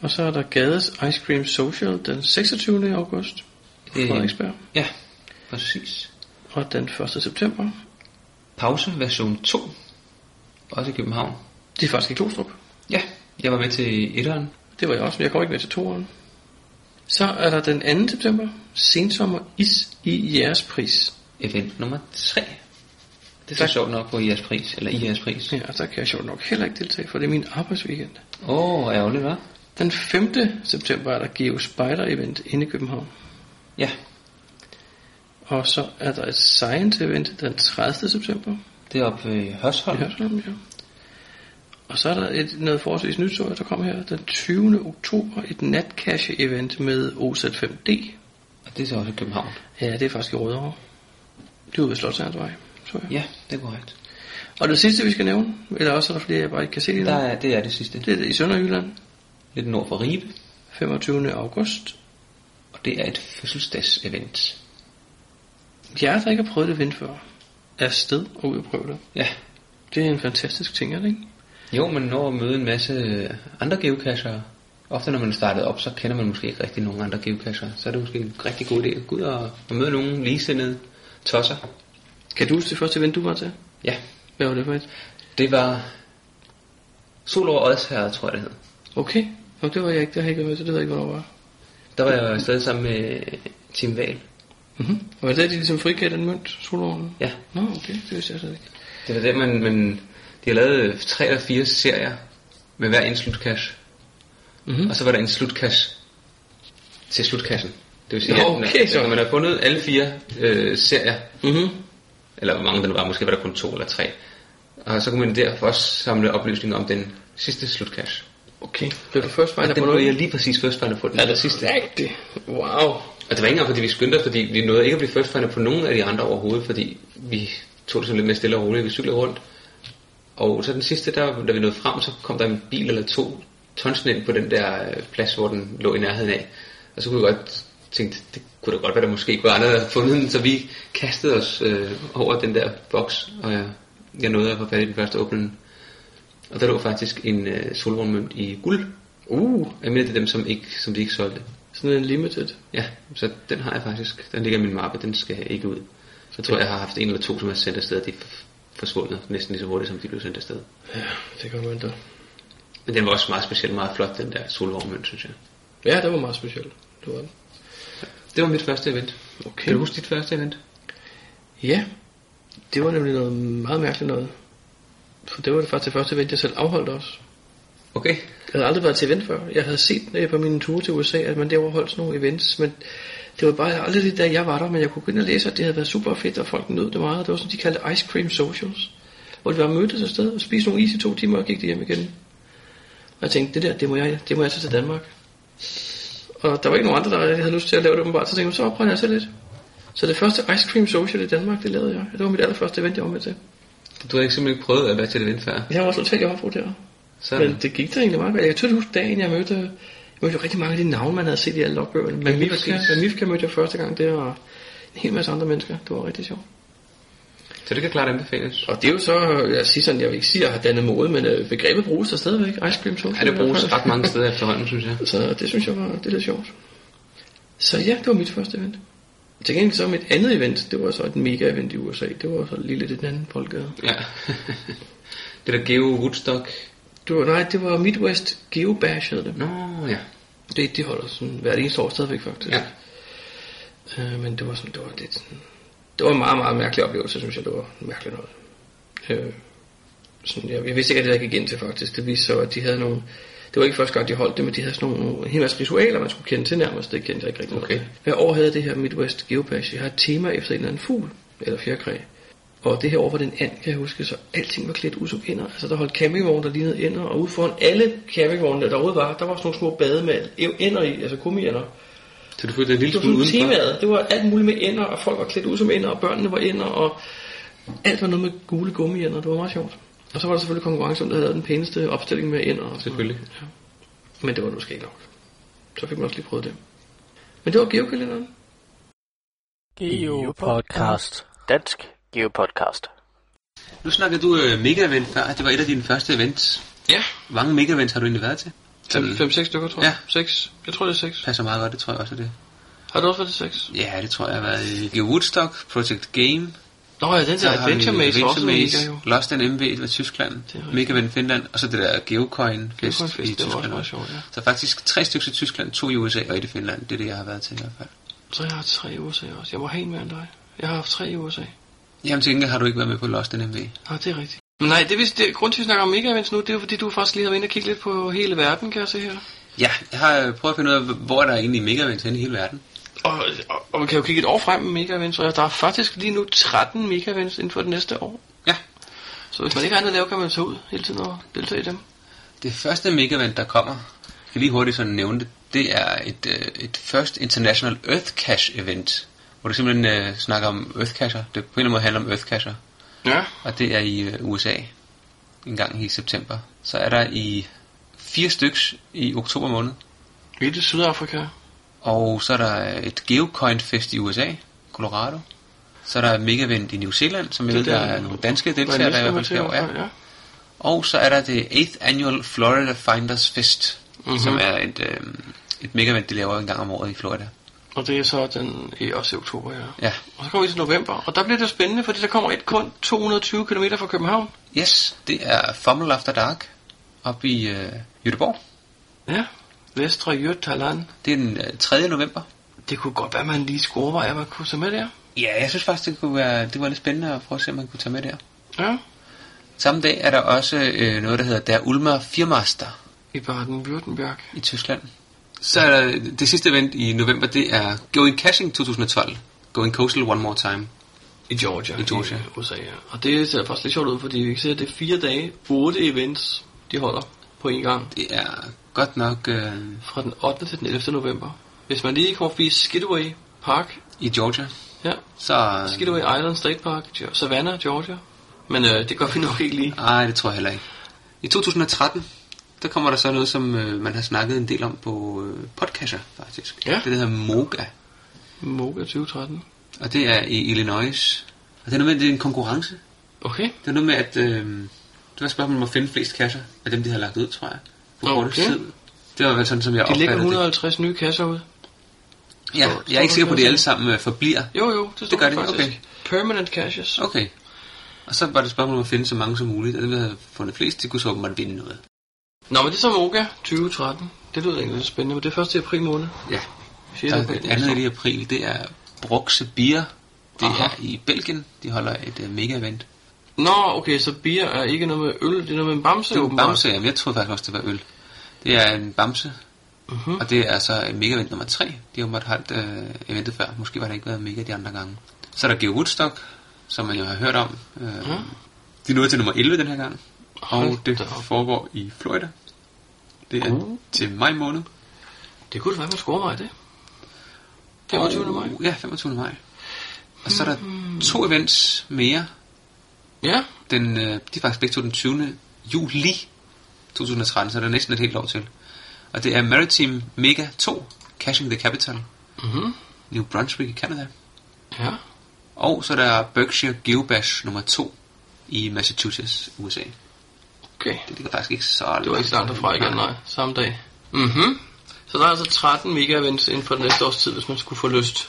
Speaker 1: Og så er der Gades Ice Cream Social den 26. august, Frederiksberg.
Speaker 5: Ja, præcis.
Speaker 1: og den 1. september.
Speaker 5: Pause version 2. Også i København.
Speaker 1: Det er faktisk i Klostrup.
Speaker 5: Ja, jeg var med til etteren.
Speaker 1: Det var jeg også, men jeg kommer ikke med til toeren. Så er der den 2. september, sensommer is i jeres pris.
Speaker 5: Event nummer 3. Det er så
Speaker 1: Tak.
Speaker 5: sjovt nok på jeres pris, eller i jeres pris.
Speaker 1: Ja, og der Altså, kan jeg sjovt nok heller ikke deltage, for det er min arbejdsweekend.
Speaker 5: Åh, oh, ærgerligt, hva'?
Speaker 1: Den 5. september er der Geo Spider Event inde i København.
Speaker 5: Ja,
Speaker 1: Og så er der et Science Event den 30. september.
Speaker 5: det er oppe ved Hørsholm.
Speaker 1: Ja, sådan, ja. Og så er der et, noget forholdsvis nyt, så jeg, der kom her den 20. oktober, et natcache-event med OZ5D.
Speaker 5: Og det er så også i København.
Speaker 1: Ja, det er faktisk i Rødovre. Det er ude ved Slottsherrensvej, så jeg.
Speaker 5: Ja, det er korrekt.
Speaker 1: Og det sidste, vi skal nævne, eller også er der flere, jeg bare ikke kan se lige nu,
Speaker 5: Der er, det er det sidste.
Speaker 1: det er i Sønderjylland,
Speaker 5: Lidt nord for Ribe.
Speaker 1: 25. august.
Speaker 5: Og det er et fødselsdagsevent.
Speaker 1: Jer, der ikke har prøvet det vind før, er sted og ud og prøve det.
Speaker 5: Ja.
Speaker 1: Det er en fantastisk ting, er det ikke?
Speaker 5: Jo, man når at møde en masse øh, andre geocachere. Ofte når man er startet op, så kender man måske ikke rigtig nogen andre geocachere. Så er det måske en rigtig god idé at gå ud og, og møde nogen ligesindede tosser.
Speaker 1: Kan du huske det første event, du var til?
Speaker 5: Ja,
Speaker 1: Hvad var det for et?
Speaker 5: det var Sol over Odsherred, tror jeg det hed.
Speaker 1: Okay, Nå, det var jeg ikke, det har jeg ikke været med til, det ved jeg ikke, hvornår var.
Speaker 5: Der var jeg stadig sammen med Tim Val.
Speaker 1: Mm-hmm. Og var det der, de ligesom frigav den mønt, solvognen?
Speaker 5: Ja,
Speaker 1: Nå, okay, det vidste jeg slet ikke.
Speaker 5: det var der, man, man, de har lavet øh, tre eller fire serier med hver en slutcache.
Speaker 1: Mhm.
Speaker 5: Og så var der en slutkasse til slutkassen. Det vil sige,
Speaker 1: Nå,
Speaker 5: at når-
Speaker 1: okay, så.
Speaker 5: når man har fundet alle fire øh, serier,
Speaker 1: Mm-hmm.
Speaker 5: eller hvor mange der nu var, måske var der kun to eller tre, og så kunne man derfor også samle oplysninger om den sidste slutkasse.
Speaker 1: Okay, blev du først fejl
Speaker 5: Og den blev jeg lige præcis first finder på den
Speaker 1: Er
Speaker 5: aller
Speaker 1: det sidste? Rigtigt. Wow.
Speaker 5: Og det var ikke engang, fordi vi skyndte os, fordi vi nåede ikke at blive first finder på nogen af de andre overhovedet, fordi vi tog det sådan lidt mere stille og roligt, vi cyklede rundt. Og så den sidste, der, da vi nåede frem, så kom der en bil eller to tonsnem på den der øh, plads, hvor den lå i nærheden af. Og så kunne jeg godt tænke, det kunne da godt være, der måske kunne andre have fundet den, så vi kastede os øh, over den der boks, og jeg, jeg nåede at få fat i den første åbning. Og der lå faktisk en øh, solvognmønt i guld. Uh, jeg mener det er dem, som, ikke, som de ikke solgte.
Speaker 7: Sådan en limited.
Speaker 5: Ja, så den har jeg faktisk. Den ligger i min mappe, den skal jeg ikke ud. Jeg tror, jeg har haft en eller to, som er sendt afsted, og de er f- forsvundet næsten lige så hurtigt, som de blev sendt afsted.
Speaker 7: Det gør man da.
Speaker 5: Men den var også meget speciel, meget flot, den der solvognmønt, synes jeg.
Speaker 7: Ja, det var meget specielt. Det var det.
Speaker 5: Det var mit første event.
Speaker 7: Okay.
Speaker 5: Kan du huske dit første event?
Speaker 7: Ja, det var nemlig noget meget mærkeligt noget. For det var det faktisk det første event, jeg selv afholdt også.
Speaker 5: Okay.
Speaker 7: Jeg havde aldrig været til event før. Jeg havde set øh, på mine ture til USA, at man derovre holdt sådan nogle events, men det var bare aldrig det, da jeg var der, men jeg kunne gå ind og læse, at det havde været super fedt, og folk nød det meget. Det var sådan, de kaldte ice cream socials, hvor de var mødtes afsted og spiste nogle is i to timer og gik de hjem igen. Og jeg tænkte, det der, det må jeg, det må jeg tage til Danmark. Og der var ikke nogen andre, der havde lyst til at lave det åbenbart, så tænkte jeg, så prøver jeg selv lidt. Så det første ice cream social i Danmark, det lavede jeg. Det var mit allerførste event, jeg var med til.
Speaker 5: Du har ikke simpelthen ikke prøvet at være til et event før.
Speaker 7: Jeg var også totalt oprørt der.
Speaker 5: Sådan.
Speaker 7: Men det gik da egentlig meget godt. Jeg kan tydeligt huske dagen, jeg mødte, jeg mødte jo rigtig mange af de navne, man havde set i alle logbøgerne. Men Mifka,
Speaker 5: præcis.
Speaker 7: men Mifka mødte jeg første gang der, og en hel masse andre mennesker. Det var rigtig sjovt.
Speaker 5: Så det kan klart anbefales.
Speaker 7: Og det er jo så, jeg siger sådan, jeg vil ikke sige, at jeg har dannet mode, men øh, begrebet bruges der stadigvæk. Ice cream social.
Speaker 5: Ja, det bruges
Speaker 7: i hvert fald.
Speaker 5: ret mange steder efterhånden, synes jeg.
Speaker 7: Så det synes jeg var det er lidt sjovt. Så ja, det var mit første event. Til gengæld så mit andet event, det var så et mega event i USA. Det var så lige lidt i den anden boldgade.
Speaker 5: Ja. det der Geo Woodstock.
Speaker 7: Det var, nej, det var Midwest Geo Bash hed det.
Speaker 5: Nå, ja.
Speaker 7: Det, det holder sådan hvert eneste år stadigvæk faktisk.
Speaker 5: Ja.
Speaker 7: Øh, men det var sådan, det var lidt sådan, det var en meget, meget mærkelig oplevelse, synes jeg, det var mærkeligt noget. Øh, sådan, jeg, jeg vidste ikke, at det der gik ind til faktisk. Det viste så, at de havde nogle, det var ikke første gang, de holdt det, men de havde sådan nogle, en hel masse ritualer, man skulle kende til nærmest. Det kendte jeg ikke rigtig noget
Speaker 5: Okay.
Speaker 7: til. Hver år havde det her Midwest Geopash. Jeg har et tema efter en eller anden fugl, eller fjerkræ. Og det her år var den and, kan jeg huske, så alting var klædt ud som ender. Altså der holdt campingvogne, der lignede ender, og ude foran alle campingvogne, der derude var, der var sådan nogle små bade med ender i, altså kummiender.
Speaker 5: Så du følte dig en lille
Speaker 7: Det var
Speaker 5: smule
Speaker 7: sådan
Speaker 5: udenfor?
Speaker 7: temaet. Det var alt muligt med ender, og folk var klædt ud som ender, og børnene var ender, og alt var noget med gule gummiender. Det var meget sjovt. Og så var der selvfølgelig konkurrence om, der havde lavet den pæneste opstilling med ender. Og sådan noget.
Speaker 5: Selvfølgelig.
Speaker 7: Ja. Men det var nu sket nok. Så fik man også lige prøvet det. Men det var geokalenderen.
Speaker 3: Geopodcast. Dansk Geopodcast.
Speaker 5: Nu snakkede du øh, mega event før, at det var et af dine første events.
Speaker 1: Ja,
Speaker 5: Hvor mange mega events har du egentlig været til? Sådan,
Speaker 1: 5-6 stykker, tror jeg.
Speaker 5: Mm. Ja.
Speaker 1: 6. Jeg tror, det er 6.
Speaker 5: passer meget godt, det tror jeg også er det.
Speaker 1: Har du også været til 6?
Speaker 5: Ja, det tror jeg har været i Geo Woodstock, Project Game,
Speaker 1: Nå ja, den
Speaker 5: så
Speaker 1: der
Speaker 5: har vi
Speaker 1: Adventure Maze var også en mega, jo.
Speaker 5: Lost and MV var Tyskland,
Speaker 1: rigtigt.
Speaker 5: Mega Ven Finland, og så det der Geocoin Fest
Speaker 1: Geocoin Fest,
Speaker 5: i
Speaker 1: det var også
Speaker 5: Tyskland.
Speaker 1: meget sjovt, ja.
Speaker 5: Så faktisk tre stykker til Tyskland, to i USA og et i Finland. Det er det, jeg har været til i hvert fald.
Speaker 1: Så jeg har tre i USA også. Jeg var helt mere end dig. Jeg har haft tre i USA.
Speaker 5: Jamen til gengæld har du ikke været med på Lost and MV.
Speaker 1: Nej, det er rigtigt. Men nej, det er vist, det, grund til, at vi snakker om mega events nu, det er jo fordi, du faktisk lige har været inde og kigge lidt på hele verden, kan jeg se her.
Speaker 5: Ja, jeg har øh, prøvet at finde ud af, hvor er der egentlig Mega Events henne i hele verden.
Speaker 1: Og, og, og, man kan jo kigge et år frem med mega events, og der er faktisk lige nu 13 mega events inden for det næste år.
Speaker 5: Ja.
Speaker 1: Så hvis man ikke har andet at lave, kan man tage ud hele tiden og deltage i dem.
Speaker 5: Det første Mega Event, der kommer, jeg skal lige hurtigt sådan nævne det, det er et, øh, et First International Earth Cache Event, hvor du simpelthen øh, snakker om Earth Cacher. Det på en eller anden måde handler om Earth Cacher.
Speaker 1: Ja.
Speaker 5: og det er i øh, USA en gang i september. Så er der i fire styks i oktober måned,
Speaker 1: Midt i Sydafrika.
Speaker 5: og så er der et Geocoin Fest i USA, Colorado. Så er der Mega Event i New Zealand, som jeg ved,
Speaker 1: Det
Speaker 5: der
Speaker 1: der,
Speaker 5: er nogle danske
Speaker 1: Hvad
Speaker 5: deltagere, der
Speaker 1: næste
Speaker 5: i hvert fald
Speaker 1: til,
Speaker 5: skal over.
Speaker 1: i
Speaker 5: Ja.
Speaker 1: hvert fald, ja.
Speaker 5: Og så er der det 8th Annual Florida Finders Fest, mm-hmm. som er et, øh, et Mega Event, de laver en gang om året i Florida.
Speaker 1: Og det er så den i også i oktober, ja.
Speaker 5: Ja,
Speaker 1: Og så kommer vi til november, og der bliver det jo spændende, fordi der kommer et kun 220 km fra København.
Speaker 5: yes, det er Fumble After Dark op i øh, Göteborg.
Speaker 1: Ja. Vestre Jøtaland.
Speaker 5: Det er den øh, 3. november.
Speaker 1: Det kunne godt være, man lige skulle overveje, at man kunne tage med der.
Speaker 5: Ja, jeg synes faktisk, det, kunne være, det var lidt spændende at prøve at se, om man kunne tage med der.
Speaker 1: Ja.
Speaker 5: Samme dag er der også øh, noget, der hedder Der Ulmer Firmaster
Speaker 1: I Baden-Württemberg.
Speaker 5: i Tyskland. Så er der det sidste event i november, det er Going Caching 2012. Going Coastal One More Time.
Speaker 1: I Georgia.
Speaker 5: I Georgia.
Speaker 1: I USA, ja. Og det ser faktisk lidt sjovt ud, fordi vi kan se, at det er fire dage, otte events, de holder på en gang.
Speaker 5: Det er godt nok øh,
Speaker 1: Fra den 8. til den 11. november. Hvis man lige kommer forbi Skidway Park,
Speaker 5: i Georgia.
Speaker 1: ja,
Speaker 5: Så,
Speaker 1: Skidway Island State Park, Ge- Savannah, Georgia. Men øh, det gør vi nok ikke lige.
Speaker 5: Nej, det tror jeg heller ikke. I 2013, der kommer der så noget, som øh, man har snakket en del om på øh, podcaster, faktisk.
Speaker 1: Ja.
Speaker 5: Det, der hedder Moga.
Speaker 1: Moga 2013.
Speaker 5: Og det er i Illinois. Og det er noget med, at det er en konkurrence.
Speaker 1: Okay.
Speaker 5: Det er noget med, at øh, det var et spørgsmål om at finde flest kasser af dem, de havde lagt ud, tror jeg. På
Speaker 1: Okay.
Speaker 5: kort tid. Det var vel sådan, som jeg
Speaker 1: De lægger
Speaker 5: opfattede
Speaker 1: 150 nye kasser ud.
Speaker 5: det. Ja, jeg er ikke sikker på, at de alle sammen øh, forbliver.
Speaker 1: Jo, jo, det, står
Speaker 5: gør
Speaker 1: der
Speaker 5: de,
Speaker 1: faktisk.
Speaker 5: okay.
Speaker 1: Permanent caches.
Speaker 5: Okay. Og så var det et spørgsmål om at finde så mange som muligt. Og dem, der havde fundet flest, de kunne så åbenbart vinde noget.
Speaker 1: Nå, men det er så Moga 2013. Det lyder egentlig lidt spændende, men det er først i april måned.
Speaker 5: Ja.
Speaker 1: 4.
Speaker 5: Så
Speaker 1: april.
Speaker 5: det andet i april, det er Bruxe Bier. Det
Speaker 1: Aha.
Speaker 5: er i Belgien. De holder et uh, mega-event.
Speaker 1: Nå, okay, så bier er ikke noget med øl, det er noget med en bamse,
Speaker 5: Det er en
Speaker 1: åbenbart.
Speaker 5: bamse, jamen jeg troede faktisk også, det var øl. Det er en bamse,
Speaker 1: Mhm.
Speaker 5: og det er så mega event nummer 3. De har måttet holdt øh, eventet før. Måske var det ikke været mega de andre gange. Så er der Geo Woodstock, som man jo har hørt om. Øh,
Speaker 1: Ja.
Speaker 5: De nåede til nummer 11 den her gang,
Speaker 1: Hold
Speaker 5: og det
Speaker 1: da op.
Speaker 5: foregår i Florida. Det er
Speaker 1: Uh.
Speaker 5: til maj måned.
Speaker 1: Det kunne det være, man skulle overveje det. 25.
Speaker 5: Og-
Speaker 1: maj. Mm-hmm.
Speaker 5: Ja, 25. maj. Og så er der to events mere.
Speaker 1: Ja,
Speaker 5: Den, øh, de er faktisk begge to den 20. juli 2013, så der er næsten et helt år til. Og det er Maritime Mega 2, Cashing the Capital,
Speaker 1: mhm,
Speaker 5: New Brunswick i Canada.
Speaker 1: ja.
Speaker 5: Og så er der Berkshire Geobash nummer 2 i Massachusetts, USA.
Speaker 1: Okay,
Speaker 5: Det ligger faktisk ikke så langt.
Speaker 1: det var ikke så langt derfra igen, nej, samme dag. Mhm. Så der er altså 13 mega events inden for det næste års tid, hvis man skulle få lyst.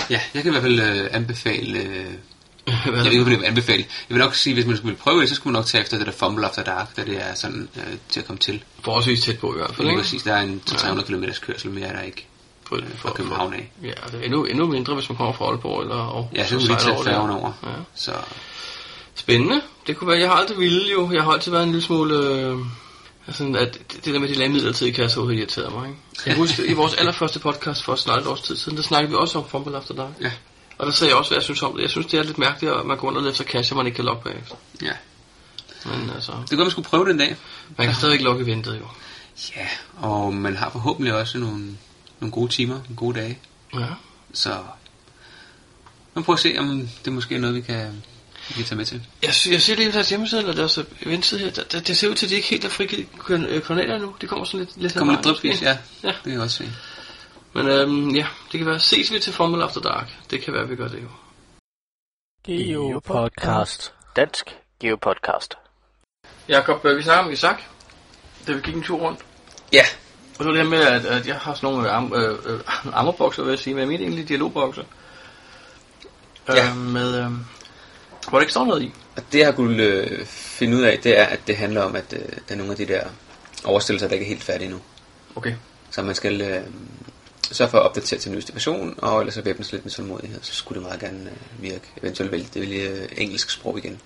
Speaker 5: Ja, jeg kan i hvert fald øh, anbefale... Øh,
Speaker 1: Hvad
Speaker 5: jeg
Speaker 1: er
Speaker 5: ved ikke,
Speaker 1: det?
Speaker 5: om jeg vil anbefale. Jeg vil nok sige, hvis man skulle prøve det, så skulle man nok tage efter det der Fumble After Dark, da det er sådan øh, til at komme til.
Speaker 1: Forholdsvis tæt på i hvert fald,
Speaker 5: Lige
Speaker 1: ikke?
Speaker 5: præcis, der er en 300 km kørsel mere, er der ikke
Speaker 1: For,
Speaker 5: øh, fra København af.
Speaker 1: Ja, og det er endnu, endnu mindre, hvis man kommer fra Aalborg eller Aarhus.
Speaker 5: Ja, så
Speaker 1: og
Speaker 5: kunne vi lige
Speaker 1: sejler
Speaker 5: tage
Speaker 1: der.
Speaker 5: færgen over.
Speaker 1: Ja.
Speaker 5: Så
Speaker 1: Spændende. Det kunne være, jeg har aldrig ville jo. Jeg har altid været en lille smule... Øh, sådan, at det- det der med, at de lagde midlertidig kasser ud, har irriteret mig. Ikke? Jeg husker, i vores allerførste podcast for snart et års tid siden, der snakkede vi også om Fumble After Dark.
Speaker 5: Ja.
Speaker 1: Og der sagde jeg også, hvad jeg synes om det. Jeg synes, det er lidt mærkeligt, at man går rundt og leder efter kasser, man ikke kan logge bagefter.
Speaker 5: ja,
Speaker 1: Men altså,
Speaker 5: det kunne man skulle prøve den dag.
Speaker 1: man kan stadigvæk logge i ventet jo.
Speaker 5: Ja, og man har forhåbentlig også nogle, nogle gode timer, nogle gode dage.
Speaker 1: Ja.
Speaker 5: Så man prøver at se, om det måske er noget, vi kan, vi kan tage med til.
Speaker 1: Jeg, sy- jeg ser lige på deres hjemmeside, eller deres øh, eventside her, der, der, det ser ud til, at de ikke helt har frigivet kon- øh, kanaler nu. Det kommer sådan lidt... lidt
Speaker 5: Det kommer
Speaker 1: hen ad
Speaker 5: lidt
Speaker 1: vejen,
Speaker 5: drypvis,
Speaker 1: måske.
Speaker 5: ja.
Speaker 1: Ja.
Speaker 5: Det kan jeg også se.
Speaker 1: Men øhm, ja, det kan være, ses vi til Formel After Dark. Det kan være, vi gør det jo.
Speaker 3: Geopodcast. Dansk Geopodcast.
Speaker 1: Jakob, øh, vi snakker om Isak, da vi gik en tur rundt.
Speaker 5: Ja,
Speaker 1: Og så var det her med, at, at jeg har sådan nogle øh, am, øh, øh, ammerbokser, vil jeg sige, men jeg mener egentlig dialogbokser. Øh,
Speaker 5: Ja.
Speaker 1: Med, øh, hvor der ikke står noget i.
Speaker 5: og det jeg har kunnet øh, finde ud af, det er, at det handler om, at øh, der er nogle af de der overstillelser, der ikke er helt færdige endnu.
Speaker 1: Okay.
Speaker 5: Så man skal øh, sørge for at opdatere til den nyeste version, og ellers så væbnes lidt med tålmodighed, så skulle det meget gerne øh, virke. Eventuelt vælge, det vælge øh, engelsk sprog igen.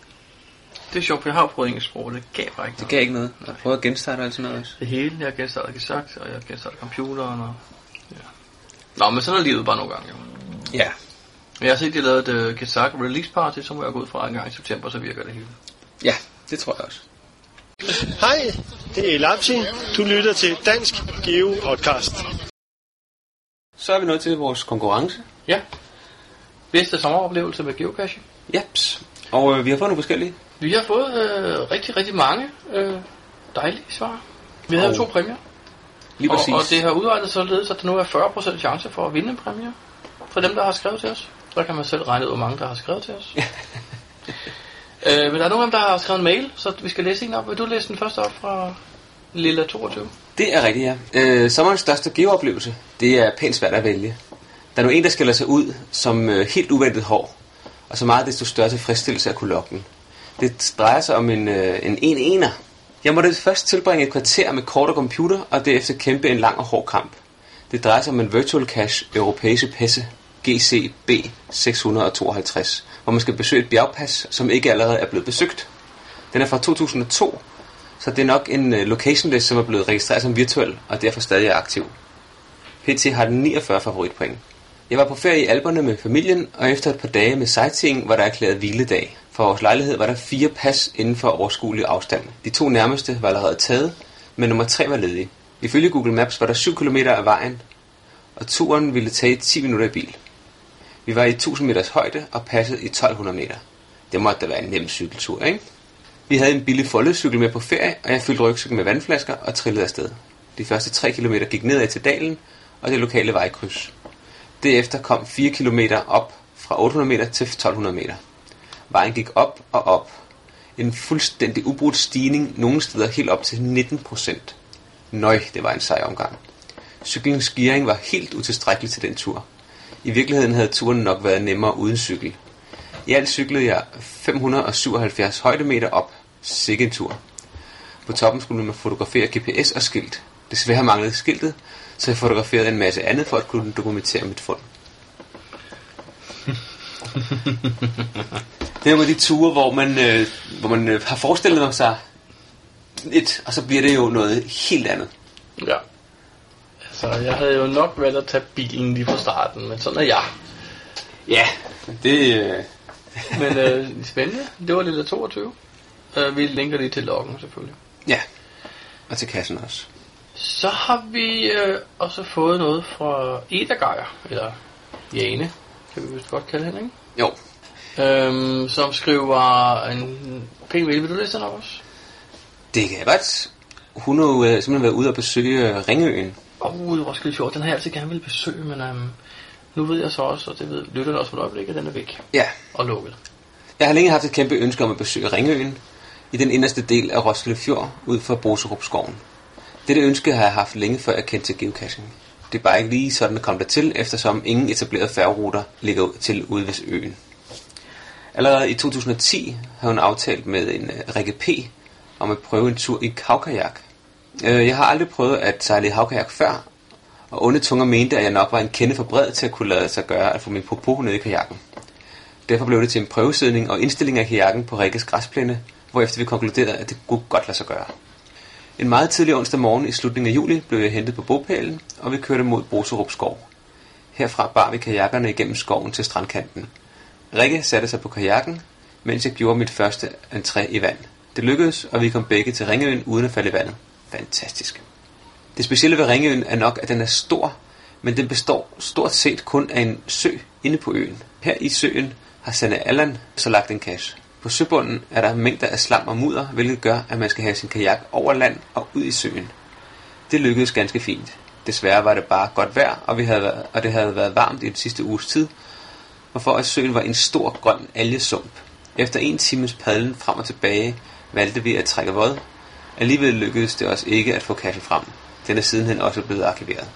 Speaker 1: Det er sjovt, for jeg har jo prøvet engelsk sprog, og det gav bare ikke
Speaker 5: Det
Speaker 1: noget.
Speaker 5: gav ikke noget. Jeg prøver at genstarte og alt sådan noget også.
Speaker 1: Det hele, jeg genstartede sagt, og jeg genstartede computeren, og... Ja. Nå, men sådan er livet bare nogle gange, jo.
Speaker 5: Ja,
Speaker 1: Men jeg har set, at de lavede et uh, Kazak Release Party, så må jeg gå ud fra en gang i september, så virker det hele.
Speaker 5: ja, det tror jeg også.
Speaker 8: Hej, det er Lapsi. Du lytter til Dansk Geo Podcast.
Speaker 5: Så er vi nået til vores konkurrence.
Speaker 1: Ja. Bedste sommeroplevelse med geocaching?
Speaker 5: Japs. Og øh, vi har fået nogle forskellige.
Speaker 1: Vi har fået øh, rigtig, rigtig mange øh, dejlige svar. Vi havde
Speaker 5: Og-
Speaker 1: oh. to præmier,
Speaker 5: Lige
Speaker 1: og,
Speaker 5: præcis.
Speaker 1: og det har udregnet således, at der nu er 40% chance for at vinde en præmie for dem, der har skrevet til os. Der kan man selv regne ud, hvor mange der har skrevet til os. øh, men der er nogen af dem, der har skrevet en mail, så vi skal læse en op. Vil du læse den første op fra Lilla 22?
Speaker 5: Det er rigtigt, ja. Øh, sommerens største geooplevelse, det er pænt svært at vælge. Der er nu en, der skiller sig ud som øh, helt uventet hår, og så meget desto større tilfredsstillelse at kunne lokke den. Det drejer sig om en, øh, en en-ener. Jeg måtte først tilbringe et kvarter med kort og computer, og derefter kæmpe en lang og hård kamp. Det drejer sig om en Virtual Cash Europæische Pesse GCB 652, hvor man skal besøge et bjergpas, som ikke allerede er blevet besøgt. Den er fra 2002, så det er nok en øh, location list, som er blevet registreret som virtuel, og derfor stadig er aktiv. PT har den 49 favoritpoint. Jeg var på ferie i Alperne med familien, og efter et par dage med sightseeing var der erklæret hviledag. For vores lejlighed var der fire pas inden for overskuelig afstand. De to nærmeste var allerede taget, men nummer tre var ledig. Ifølge Google Maps var der 7 km af vejen, og turen ville tage 10 minutter i bil. Vi var i 1000 meters højde og passede i 1200 meter. Det måtte da være en nem cykeltur, ikke? Vi havde en billig foldecykel med på ferie, og jeg fyldte rygsækken med vandflasker og trillede afsted. De første 3 km gik nedad til dalen og det lokale vejkryds. Derefter kom 4 km op fra 800 meter til 1200 meter. Vejen gik op og op. En fuldstændig ubrudt stigning nogle steder helt op til 19 procent. Nøj, det var en sej omgang. Cyklingens gearing var helt utilstrækkelig til den tur. I virkeligheden havde turen nok været nemmere uden cykel. I alt cyklede jeg 577 højdemeter op. Sikke en tur. På toppen skulle man fotografere GPS og skilt. Desværre manglede skiltet, så jeg fotograferede en masse andet for at kunne dokumentere mit fund. Det er med de ture, hvor man, øh, hvor man øh, har forestillet sig et, og så bliver det jo noget helt andet.
Speaker 1: Ja. Altså, jeg havde jo nok valgt at tage bilen lige fra starten, men sådan er jeg.
Speaker 5: Ja, det... Øh,
Speaker 1: Men øh, spændende. Det var lille 22. Øh, vi linker lige til loggen, selvfølgelig.
Speaker 5: ja, og til kassen også.
Speaker 1: Så har vi øh, også fået noget fra Eda Geier, eller Jane, kan vi vist godt kalde hende, ikke?
Speaker 5: Jo,
Speaker 1: Øhm, som skriver en pæn mail. Vil du læse den op også?
Speaker 5: det kan jeg godt. Hun har jo øh, simpelthen været ude og besøge øh, Ringøen.
Speaker 1: Åh, oh, Roskilde Fjord, den har jeg altid gerne ville besøge, men øhm, nu ved jeg så også, og det ved lytterne også for et øjeblik, at den er væk
Speaker 5: Ja,
Speaker 1: og lukket.
Speaker 5: Jeg har længe haft et kæmpe ønske om at besøge Ringøen i den inderste del af Roskilde Fjord ud for Boserupskoven. Dette ønske har jeg haft længe før jeg kendte til geocaching. Det er bare ikke lige sådan at komme dertil, eftersom ingen etablerede færgeruter ligger ud- til ude ved øen. Allerede i 2010 har hun aftalt med en øh, Rikke P. om at prøve en tur i havkajak. Øh, Jeg har aldrig prøvet at sejle i havkajak før, og onde tunger mente, at jeg nok var en kende for bred til at kunne lade sig gøre at få min popo ned i kajakken. Derfor blev det til en prøvesidning og indstilling af kajakken på Rikkes græsplæne, hvorefter vi konkluderede, at det kunne godt lade sig gøre. En meget tidlig onsdag morgen i slutningen af juli blev jeg hentet på bogpælen, og vi kørte mod Boserup skov. Herfra bar vi kajakkerne igennem skoven til strandkanten. Rikke satte sig på kajakken, mens jeg gjorde mit første entré i vand. Det lykkedes, og vi kom begge til Ringeøen uden at falde i vandet. Fantastisk. Det specielle ved Ringøen er nok, at den er stor, men den består stort set kun af en sø inde på øen. Her i søen har Sanne Allan så lagt en kasse. På søbunden er der mængder af slam og mudder, hvilket gør, at man skal have sin kajak over land og ud i søen. Det lykkedes ganske fint. Desværre var det bare godt vejr, og, vi havde været, øh, og det havde været varmt i den sidste uges tid, hvorfor at søen var en stor grøn algesump. Efter en times padlen frem og tilbage valgte vi at trække vod. Alligevel lykkedes det os ikke at få kassen frem. Den er sidenhen også blevet arkiveret.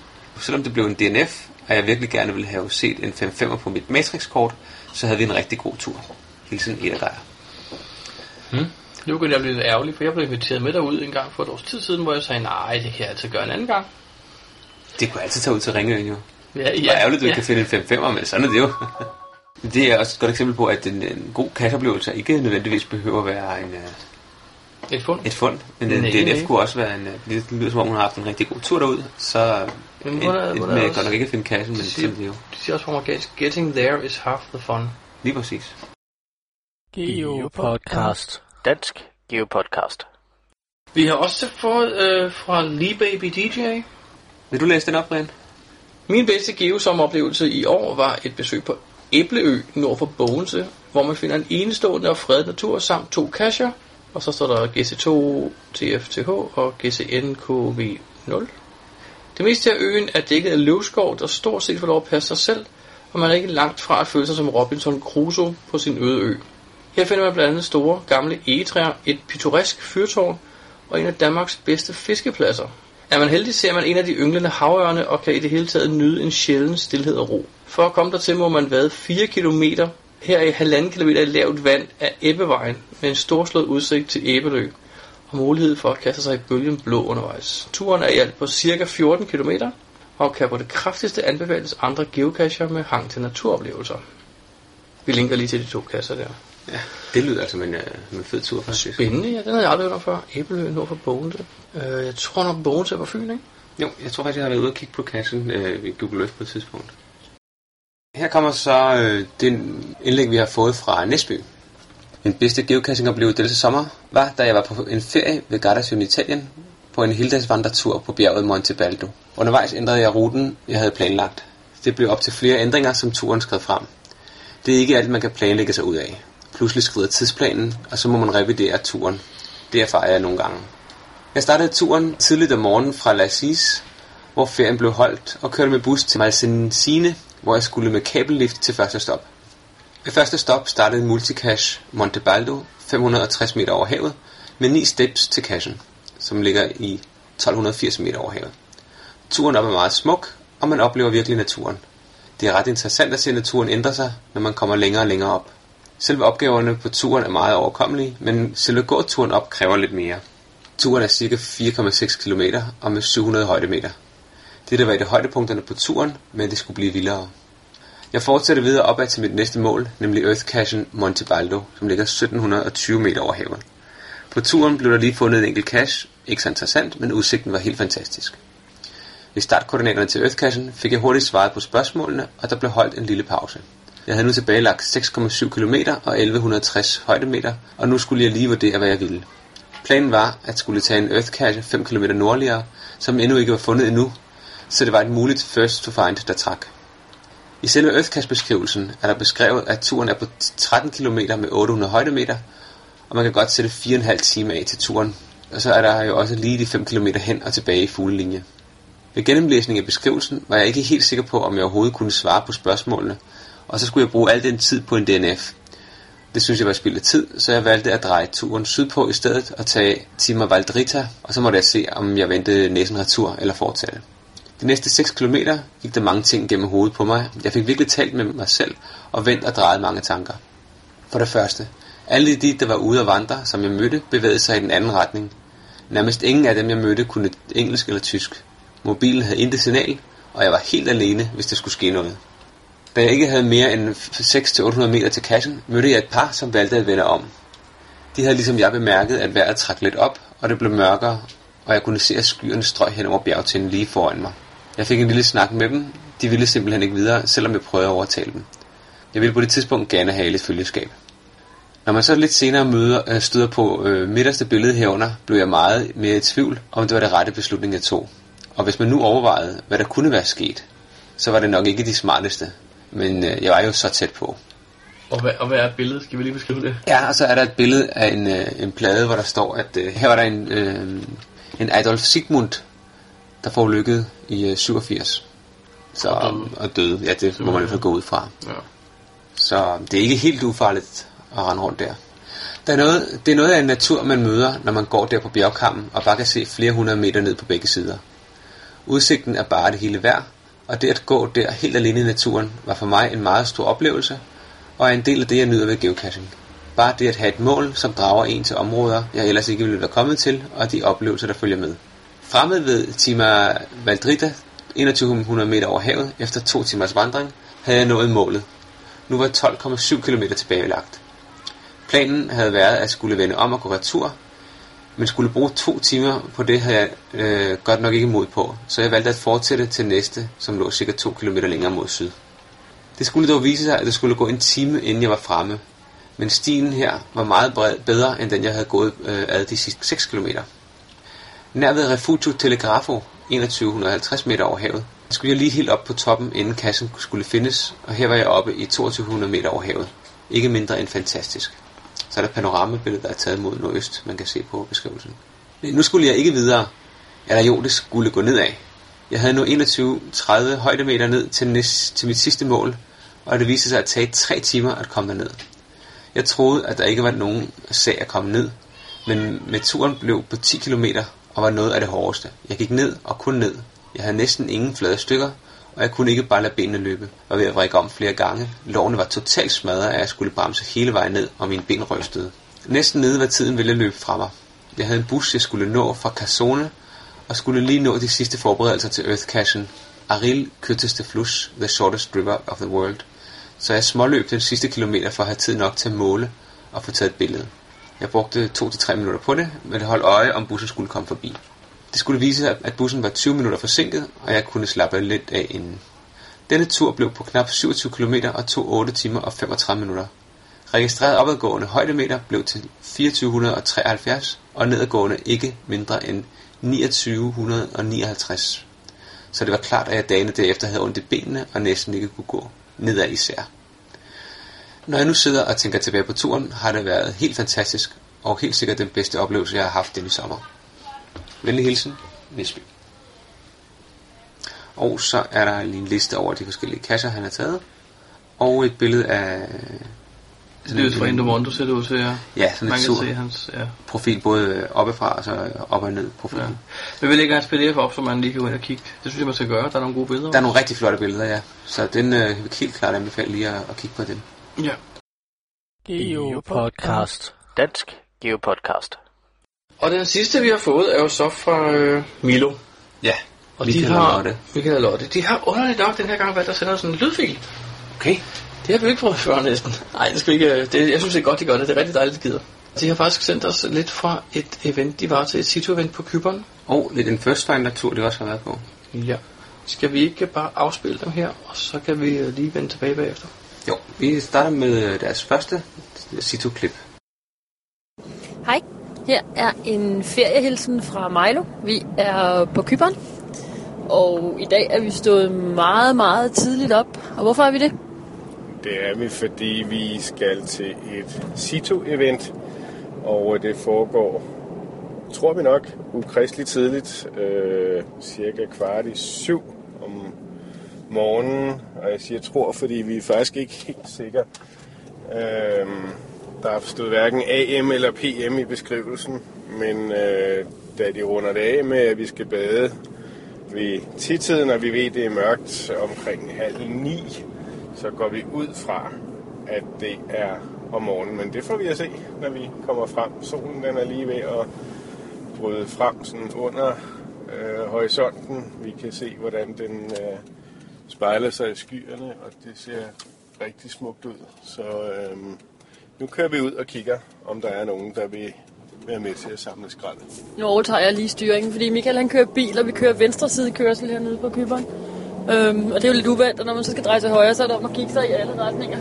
Speaker 5: Selvom det blev en DNF, og jeg virkelig gerne ville have set en 5-5'er på mit matrixkort, så havde vi en rigtig god tur. Hilsen Eda Geier.
Speaker 1: Nu kan jeg blive lidt ærgerlig, for jeg blev inviteret med derud en gang for et års tid siden, hvor jeg sagde, nej, det kan jeg altid gøre en anden gang.
Speaker 5: Det kunne jeg altid tage ud til Ringøen jo.
Speaker 1: Ja,
Speaker 5: Det er ærgerligt, at du ikke kan finde en 5-5'er, men sådan er det jo. det er også et godt eksempel på, at en, en god kasseoplevelse ikke nødvendigvis behøver at være en, øh,
Speaker 1: Et fund.
Speaker 5: et fund. Men en
Speaker 1: Nej,
Speaker 5: DNF
Speaker 1: nej.
Speaker 5: kunne også være en... øh, Det lyder som om, hun har haft en rigtig god tur derud. Så
Speaker 1: Men
Speaker 5: en,
Speaker 1: hvor er-
Speaker 5: en,
Speaker 1: hvor er
Speaker 5: med
Speaker 1: også-
Speaker 5: godt nok ikke at finde kassen, men
Speaker 1: Sig-
Speaker 5: sådan er det jo.
Speaker 1: De siger også på amerikansk, getting there is half the fun.
Speaker 5: Lige præcis.
Speaker 3: Geopodcast. Dansk Geopodcast.
Speaker 1: Vi har også fået øh, fra Lee Baby DJ.
Speaker 5: Vil du læse den op, Brian?
Speaker 1: Min bedste geosommeroplevelse i år var et besøg på Æbleø nord for Bogense, hvor man finder en enestående og fredet natur samt to kasser, og så står der GC2 TFTH og GCNKV0. Det meste af øen er dækket af løvskov, der stort set får lov at passe sig selv, og man er ikke langt fra at føle sig som Robinson Crusoe på sin øde ø. Her finder man blandt andet store, gamle egetræer, et pittoresk fyrtårn og en af Danmarks bedste fiskepladser. Er man heldig, ser man en af de ynglende havørne og kan i det hele taget nyde en sjælden stillhed og ro. For at komme dertil må man vade 4 km her i 1,5 km i lavt vand af Ebbevejen med en storslået udsigt til Æbelø og mulighed for at kaste sig i bølgen blå undervejs. Turen er i alt på cirka 14 km og kan på det kraftigste anbefales andre geocacher med hang til naturoplevelser. Vi linker lige til de to kasser der.
Speaker 5: Ja, det lyder altså som en, øh, som en fed tur, faktisk.
Speaker 1: Spændende, ja. Den havde jeg aldrig hørt om før. Æbelø nord for Bogense. Øh, jeg tror nok, Bogense er på Fyn, ikke?
Speaker 5: Jo, jeg tror faktisk, jeg har været ude og kigge på kassen øh, ved Google Earth på et tidspunkt. Her kommer så øh, den indlæg, vi har fået fra Næsby. Min bedste geocaching-oplevelse denne sommer var, da jeg var på en ferie ved Gardasøen i Italien på en heldagsvandretur på bjerget Monte Baldo. Undervejs ændrede jeg ruten, jeg havde planlagt. Det blev op til flere ændringer, som turen skred frem. Det er ikke alt, man kan planlægge sig ud af.
Speaker 2: pludselig skrider tidsplanen, og så må man revidere turen. Det erfarer jeg nogle gange. Jeg startede turen tidligt om morgenen fra Lassis, hvor ferien blev holdt, og kørte med bus til Malsensine, hvor jeg skulle med kabellift til første stop. Ved første stop startede Multicash Montebaldo 560 meter over havet med 9 steps til cashen, som ligger i 1280 meter over havet. Turen op er meget smuk, og man oplever virkelig naturen. Det er ret interessant at se naturen ændre sig, når man kommer længere og længere op. Selve opgaverne på turen er meget overkommelige, men selve gåturen op kræver lidt mere. Turen er cirka 4,6 km og med 700 højdemeter. Det der var et af højdepunkterne på turen, men det skulle blive vildere. Jeg fortsætter videre opad til mit næste mål, nemlig Earthcashen Montebaldo, som ligger 1720 meter over havet. På turen blev der lige fundet en enkelt cache, ikke så interessant, men udsigten var helt fantastisk. Ved startkoordinaterne til Earthcashen fik jeg hurtigt svaret på spørgsmålene, og der blev holdt en lille pause. Jeg havde nu tilbagelagt 6,7 km og 1160 højdemeter, og nu skulle jeg lige vurdere, hvad jeg ville. Planen var at skulle tage en Earthcache 5 km nordligere, som endnu ikke var fundet endnu, så det var et muligt first to find, der trak. I selve Earthcast-beskrivelsen er der beskrevet, at turen er på 13 km med 800 højdemeter, og man kan godt sætte 4,5 timer af til turen. Og så er der jo også lige de 5 km hen og tilbage i fuglelinje. Ved gennemlæsning af beskrivelsen var jeg ikke helt sikker på, om jeg overhovedet kunne svare på spørgsmålene, og så skulle jeg bruge al den tid på en DNF. Det synes jeg var spild af tid, så jeg valgte at dreje turen sydpå i stedet og tage Tima Valdrita, og så måtte jeg se, om jeg ventede næsen retur eller fortsatte. De næste 6 km gik der mange ting gennem hovedet på mig. Jeg fik virkelig talt med mig selv og vendt og drejet mange tanker. For det første, alle de, der var ude og vandre, som jeg mødte, bevægede sig i den anden retning. Nærmest ingen af dem, jeg mødte, kunne engelsk eller tysk. Mobilen havde intet signal, og jeg var helt alene, hvis der skulle ske noget. Da jeg ikke havde mere end 600-800 meter til kassen, mødte jeg et par, som valgte at vende om. De havde ligesom jeg bemærket, at vejret trak lidt op, og det blev mørkere, og jeg kunne se, at skyerne strøg hen over bjergtinden lige foran mig. Jeg fik en lille snak med dem. De ville simpelthen ikke videre, selvom jeg prøvede at overtale dem. Jeg ville på det tidspunkt gerne have lidt følgeskab. Når man så lidt senere møder, øh, støder på øh, midterste billede herunder, blev jeg meget mere i tvivl, om det var det rette beslutning, jeg tog. Og hvis man nu overvejede, hvad der kunne være sket, så var det nok ikke de smarteste. Men øh, jeg var jo så tæt på.
Speaker 9: Og hvad, og hvad er billedet? Skal vi lige beskrive det?
Speaker 2: Ja, og så er der et billede af en, øh, en plade, hvor der står, at øh, her var der en, øh, en Adolf Sigmund, der forulykkede i øh, 87. Så, og, døde. og døde. Ja, det må man i hvert fald gå ud fra.
Speaker 9: Ja.
Speaker 2: Så det er ikke helt ufarligt at rende rundt der. Der er noget, det er noget af en natur, man møder, når man går der på bjergkammen og bare kan se flere hundrede meter ned på begge sider. Udsigten er bare det hele værd, og det at gå der helt alene i naturen var for mig en meget stor oplevelse, og er en del af det, jeg nyder ved geocaching. Bare det at have et mål, som drager en til områder, jeg ellers ikke ville være kommet til, og de oplevelser, der følger med. Fremmed ved Tima Valdrita, 2100 meter over havet, efter to timers vandring, havde jeg nået målet. Nu var 12,7 km tilbagelagt. Planen havde været at skulle vende om og gå retur, men skulle bruge to timer på det, havde jeg øh, godt nok ikke mod på, så jeg valgte at fortsætte til næste, som lå cirka 2 km længere mod syd. Det skulle dog vise sig, at det skulle gå en time, inden jeg var fremme, men stien her var meget bred, bedre, end den jeg havde gået øh, ad de sidste 6 kilometer. Nær ved Refugio Telegrafo, 2150 meter over havet, skulle jeg lige helt op på toppen, inden kassen skulle findes, og her var jeg oppe i 2200 meter over havet. Ikke mindre end fantastisk. Så er der et panoramabillede, der er taget mod nordøst, man kan se på beskrivelsen. Men nu skulle jeg ikke videre, eller jo, det skulle gå nedad. Jeg havde nu 21-30 højdemeter ned til, næst, til mit sidste mål, og det viste sig at tage 3 timer at komme derned. Jeg troede, at der ikke var nogen sag at komme ned, men med turen blev på 10 km og var noget af det hårdeste. Jeg gik ned og kun ned. Jeg havde næsten ingen flade stykker, og jeg kunne ikke bare lade benene løbe. Var ved at vrikke om flere gange. Lårene var totalt smadret, af at jeg skulle bremse hele vejen ned, og mine ben rystede. Næsten nede var tiden ville løbe fra mig. Jeg havde en bus, jeg skulle nå fra Cassone, og skulle lige nå de sidste forberedelser til Earthcashen. Aril Kyrteste Flus, the shortest river of the world. Så jeg småløb den sidste kilometer for at have tid nok til at måle og få taget et billede. Jeg brugte 2-3 minutter på det, men holdt øje, om bussen skulle komme forbi. Det skulle vise sig, at bussen var 20 minutter forsinket, og jeg kunne slappe lidt af inden. Denne tur blev på knap 27 km og tog 8 timer og 35 minutter. Registreret opadgående højdemeter blev til 2473, og nedadgående ikke mindre end 2959. Så det var klart, at jeg dagene derefter havde ondt i benene og næsten ikke kunne gå nedad især.
Speaker 5: Når jeg nu sidder og tænker tilbage på turen, har det været helt fantastisk, og helt sikkert den bedste oplevelse, jeg har haft denne sommer. Venlig hilsen, Nisby. Og så er der lige en liste over de forskellige kasser, han har taget. Og et billede af
Speaker 1: Det er jo fra Endomondo, ser det ud til, ja.
Speaker 5: ja, sådan
Speaker 1: Man
Speaker 5: et
Speaker 1: kan
Speaker 5: sur
Speaker 1: se hans, ja.
Speaker 5: profil, både øh, oppefra og så op og ned profilen.
Speaker 1: ja.
Speaker 5: Ja.
Speaker 1: Men vi lægger hans pdf op, så man lige kan gå ind og kigge. Det synes jeg, man skal gøre. Der er nogle gode billeder.
Speaker 5: Der er nogle rigtig flotte billeder, ja. Så den øh, vil helt klart anbefale lige at, at kigge på den.
Speaker 1: Ja.
Speaker 10: Geopodcast. Dansk Geopodcast.
Speaker 1: Og den sidste, vi har fået, er jo så fra øh, Milo.
Speaker 5: Ja,
Speaker 1: Og
Speaker 5: Michael
Speaker 1: de har,
Speaker 5: og Lotte.
Speaker 1: Michael og Lotte. De har underligt nok den her gang valgt at sende os en lydfil.
Speaker 5: Okay.
Speaker 1: Det har vi jo ikke prøvet før næsten. Nej, det skal vi ikke. øh, Det, jeg synes, det er godt, de gør det. Det er rigtig dejligt, de gider. De har faktisk sendt os lidt fra et event, de var til et situ-event på Kyberen.
Speaker 5: Og lidt en first finder tur, det også har været på.
Speaker 1: Ja. Skal vi ikke bare afspille dem her, og så kan vi øh, lige vende tilbage bagefter?
Speaker 5: Jo, vi starter med øh, deres første Situ-klip.
Speaker 11: Hej, her er en feriehilsen fra Milo. Vi er på Kyberen, og i dag er vi stået meget, meget tidligt op. Og hvorfor er vi det?
Speaker 12: Det er vi, fordi vi skal til et SITO-event, og øh, det foregår, tror vi nok, ukristeligt tidligt, øh, cirka kvart i syv om morgenen. Og jeg siger tror, fordi vi er faktisk ikke helt sikre. Øh, der stod hverken AM eller PM i beskrivelsen, men øh, da de runder det af med, at vi skal bade ved titiden, og vi ved, det er mørkt omkring halv ni, så går vi ud fra, at det er om morgenen. Men det får vi at se, når vi kommer frem. Solen den er lige ved at bryde frem sådan under øh, horisonten. Vi kan se, hvordan den øh, spejler sig i skyerne, og det ser rigtig smukt ud. Så øh, nu kører vi ud og kigger, om der er nogen, der vil være med til at samle skrald.
Speaker 11: Nu overtager jeg lige styringen, fordi Michael han kører bil, og vi kører venstre side kørsel hernede på Kyberen. Øhm, og det er jo lidt uvandt, og når man så skal dreje til højre, så er det om at kigge sig i alle retninger.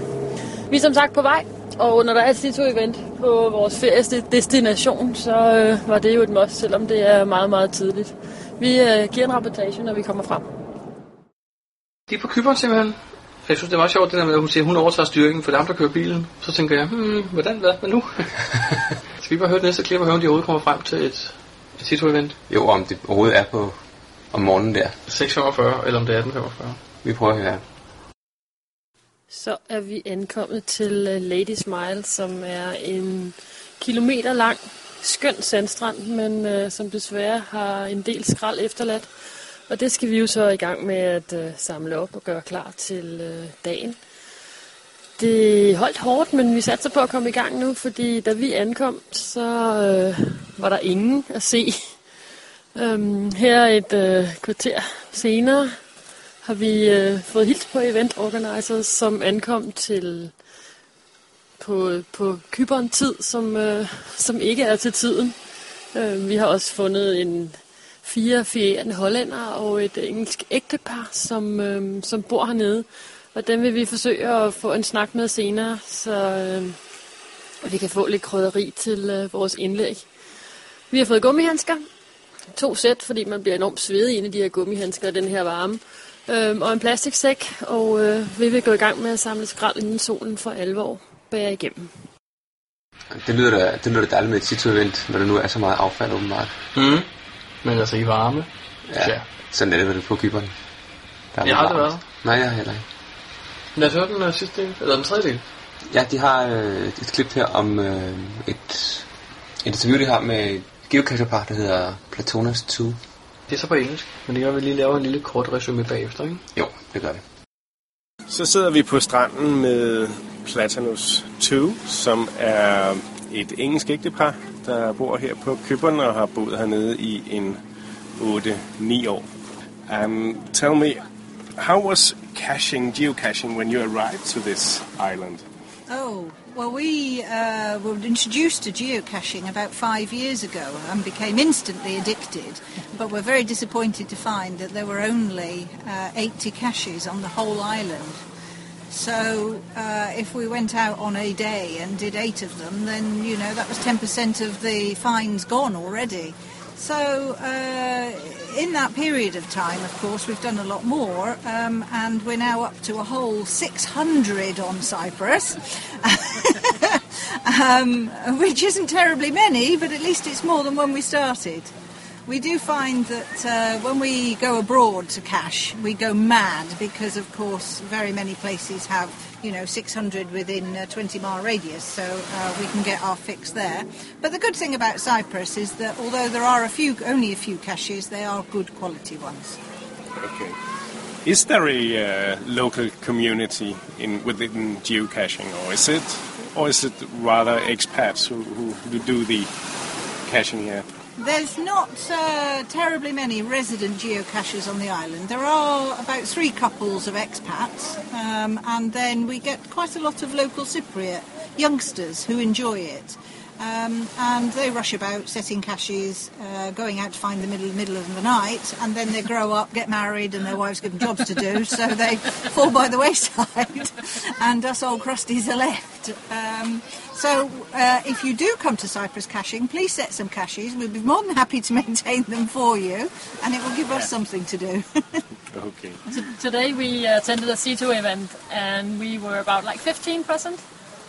Speaker 11: Vi er som sagt på vej, og når der er et Sito-event på vores feriedestination, så øh, var det jo et must, selvom det er meget, meget tidligt. Vi øh, giver en rapportage, når vi kommer frem.
Speaker 1: De er på Kyberen simpelthen. Jeg synes, det er meget sjovt, det der med, at hun siger, at hun overtager styringen, for det er ham, der kører bilen. Så tænker jeg, hmm, hvordan, hvad, hvad nu? Skal vi bare høre det næste klip og høre, om de overhovedet kommer frem til et, et situ-event?
Speaker 5: Jo, om det overhovedet er på om morgenen der.
Speaker 1: 6.45, eller om det er 18.45.
Speaker 5: Vi prøver at høre.
Speaker 11: Så er vi ankommet til øh, Lady Smile, som er en kilometer lang, skøn sandstrand, men øh, som desværre har en del skrald efterladt. Og det skal vi jo så i gang med at øh, samle op og gøre klar til øh, dagen. Det holdt hårdt, men vi satser på at komme i gang nu, fordi da vi ankom, så øh, var der ingen at se. Øhm, her et øh, kvarter senere, har vi øh, fået hils på event organizers, som ankom til på, på Kyberen tid, som, øh, som ikke er til tiden. Øh, vi har også fundet en fire ferierende hollænder og et engelsk ægtepar, som, øh, som bor hernede. Og dem vil vi forsøge at få en snak med senere, så øh, vi kan få lidt krydderi til øh, vores indlæg. Vi har fået gummihandsker, to sæt, fordi man bliver enormt svedig inde i de her gummihandsker og den her varme. Øhm, og en plastiksæk, og øh, vi vil gå i gang med at samle skrald, inden solen for alvor bærer igennem.
Speaker 5: Det lyder da, det lyder da dejligt med et Situ-event, når der nu er så meget affald åbenbart.
Speaker 1: Mm. Men altså i varme. Ja.
Speaker 5: Sådan er det vel på kyberne. Der
Speaker 1: Jeg har aldrig
Speaker 5: varmt.
Speaker 1: været
Speaker 5: Nej, jeg har heller ikke.
Speaker 1: Lad os høre den øh, sidste del, eller den tredje del.
Speaker 5: Ja, de har øh, et klip her om øh, et, et interview, de har med et geokasserpar, der hedder Platonas 2.
Speaker 1: Det er så på engelsk, men det gør, at vi lige laver en lille kort resume bagefter, ikke?
Speaker 5: Jo, det gør vi.
Speaker 12: Så sidder vi på stranden med Platanus 2, som er et engelsk ægtepar, der bor her på Køberne og har boet hernede i en 8-9 år. Um, tell me, how was caching, geocaching, when you arrived to this island?
Speaker 3: Oh, well, we uh, were introduced to geocaching about five years ago and became instantly addicted, but were very disappointed to find that there were only uh, 80 caches on the whole island. So uh, if we went out on a day and did eight of them, then, you know, that was 10% of the finds gone already. So, uh, in that period of time, of course, we've done a lot more, um, and we're now up to a whole 600 on Cyprus, um, which isn't terribly many, but at least it's more than when we started. We do find that uh, when we go abroad to cash, we go mad because, of course, very many places have, you know, 600 within a 20 mile radius, so uh, we can get our fix there. But the good thing about Cyprus is that although there are a few, only a few caches, they are good quality ones.
Speaker 12: Okay. Is there a uh, local community in within geocaching, or is it, or is it rather expats who, who, who do the caching here?
Speaker 3: There's not uh, terribly many resident geocachers on the island. There are about three couples of expats, um, and then we get quite a lot of local Cypriot youngsters who enjoy it. Um, and they rush about setting caches, uh, going out to find the middle middle of the night, and then they grow up, get married, and their wives give them jobs to do, so they fall by the wayside, and us old crusties are left. Um, so uh, if you do come to Cyprus caching, please set some caches. We'll be more than happy to maintain them for you, and it will give us something to do.
Speaker 12: Okay.
Speaker 11: T- today we attended a C2 event and we were about like 15 present.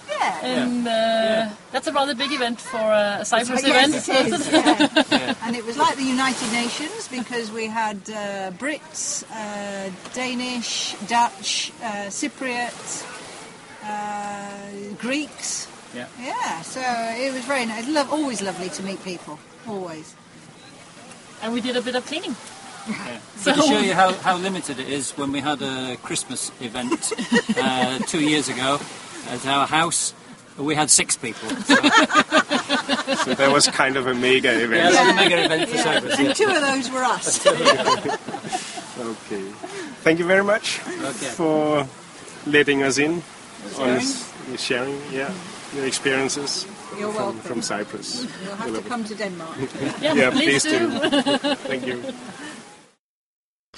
Speaker 3: Yeah.
Speaker 11: And uh, that's a rather big event for uh, a Cyprus event.
Speaker 3: yes, it is, yeah. and it was like the United Nations because we had uh, Brits, uh, Danish, Dutch, uh, Cypriot, uh, Greeks.
Speaker 4: Yeah.
Speaker 3: Yeah, so it was very nice. Lo- always lovely to meet people, always.
Speaker 11: And we did a bit of cleaning.
Speaker 4: So to show you how, how limited it is, when we had a Christmas event uh, two years ago at our house, we had six people.
Speaker 12: So that was kind of a mega
Speaker 4: Yeah,
Speaker 12: event.
Speaker 4: it's a mega event for
Speaker 3: Yeah.
Speaker 4: Cyprus.
Speaker 3: And two of those were us.
Speaker 12: Okay. Thank you very much for letting us in on s- sharing yeah, your experiences
Speaker 3: You're
Speaker 12: from,
Speaker 3: welcome.
Speaker 12: from Cyprus.
Speaker 3: You'll have to come to Denmark.
Speaker 12: Yeah, Yeah, please please do. do. Thank you.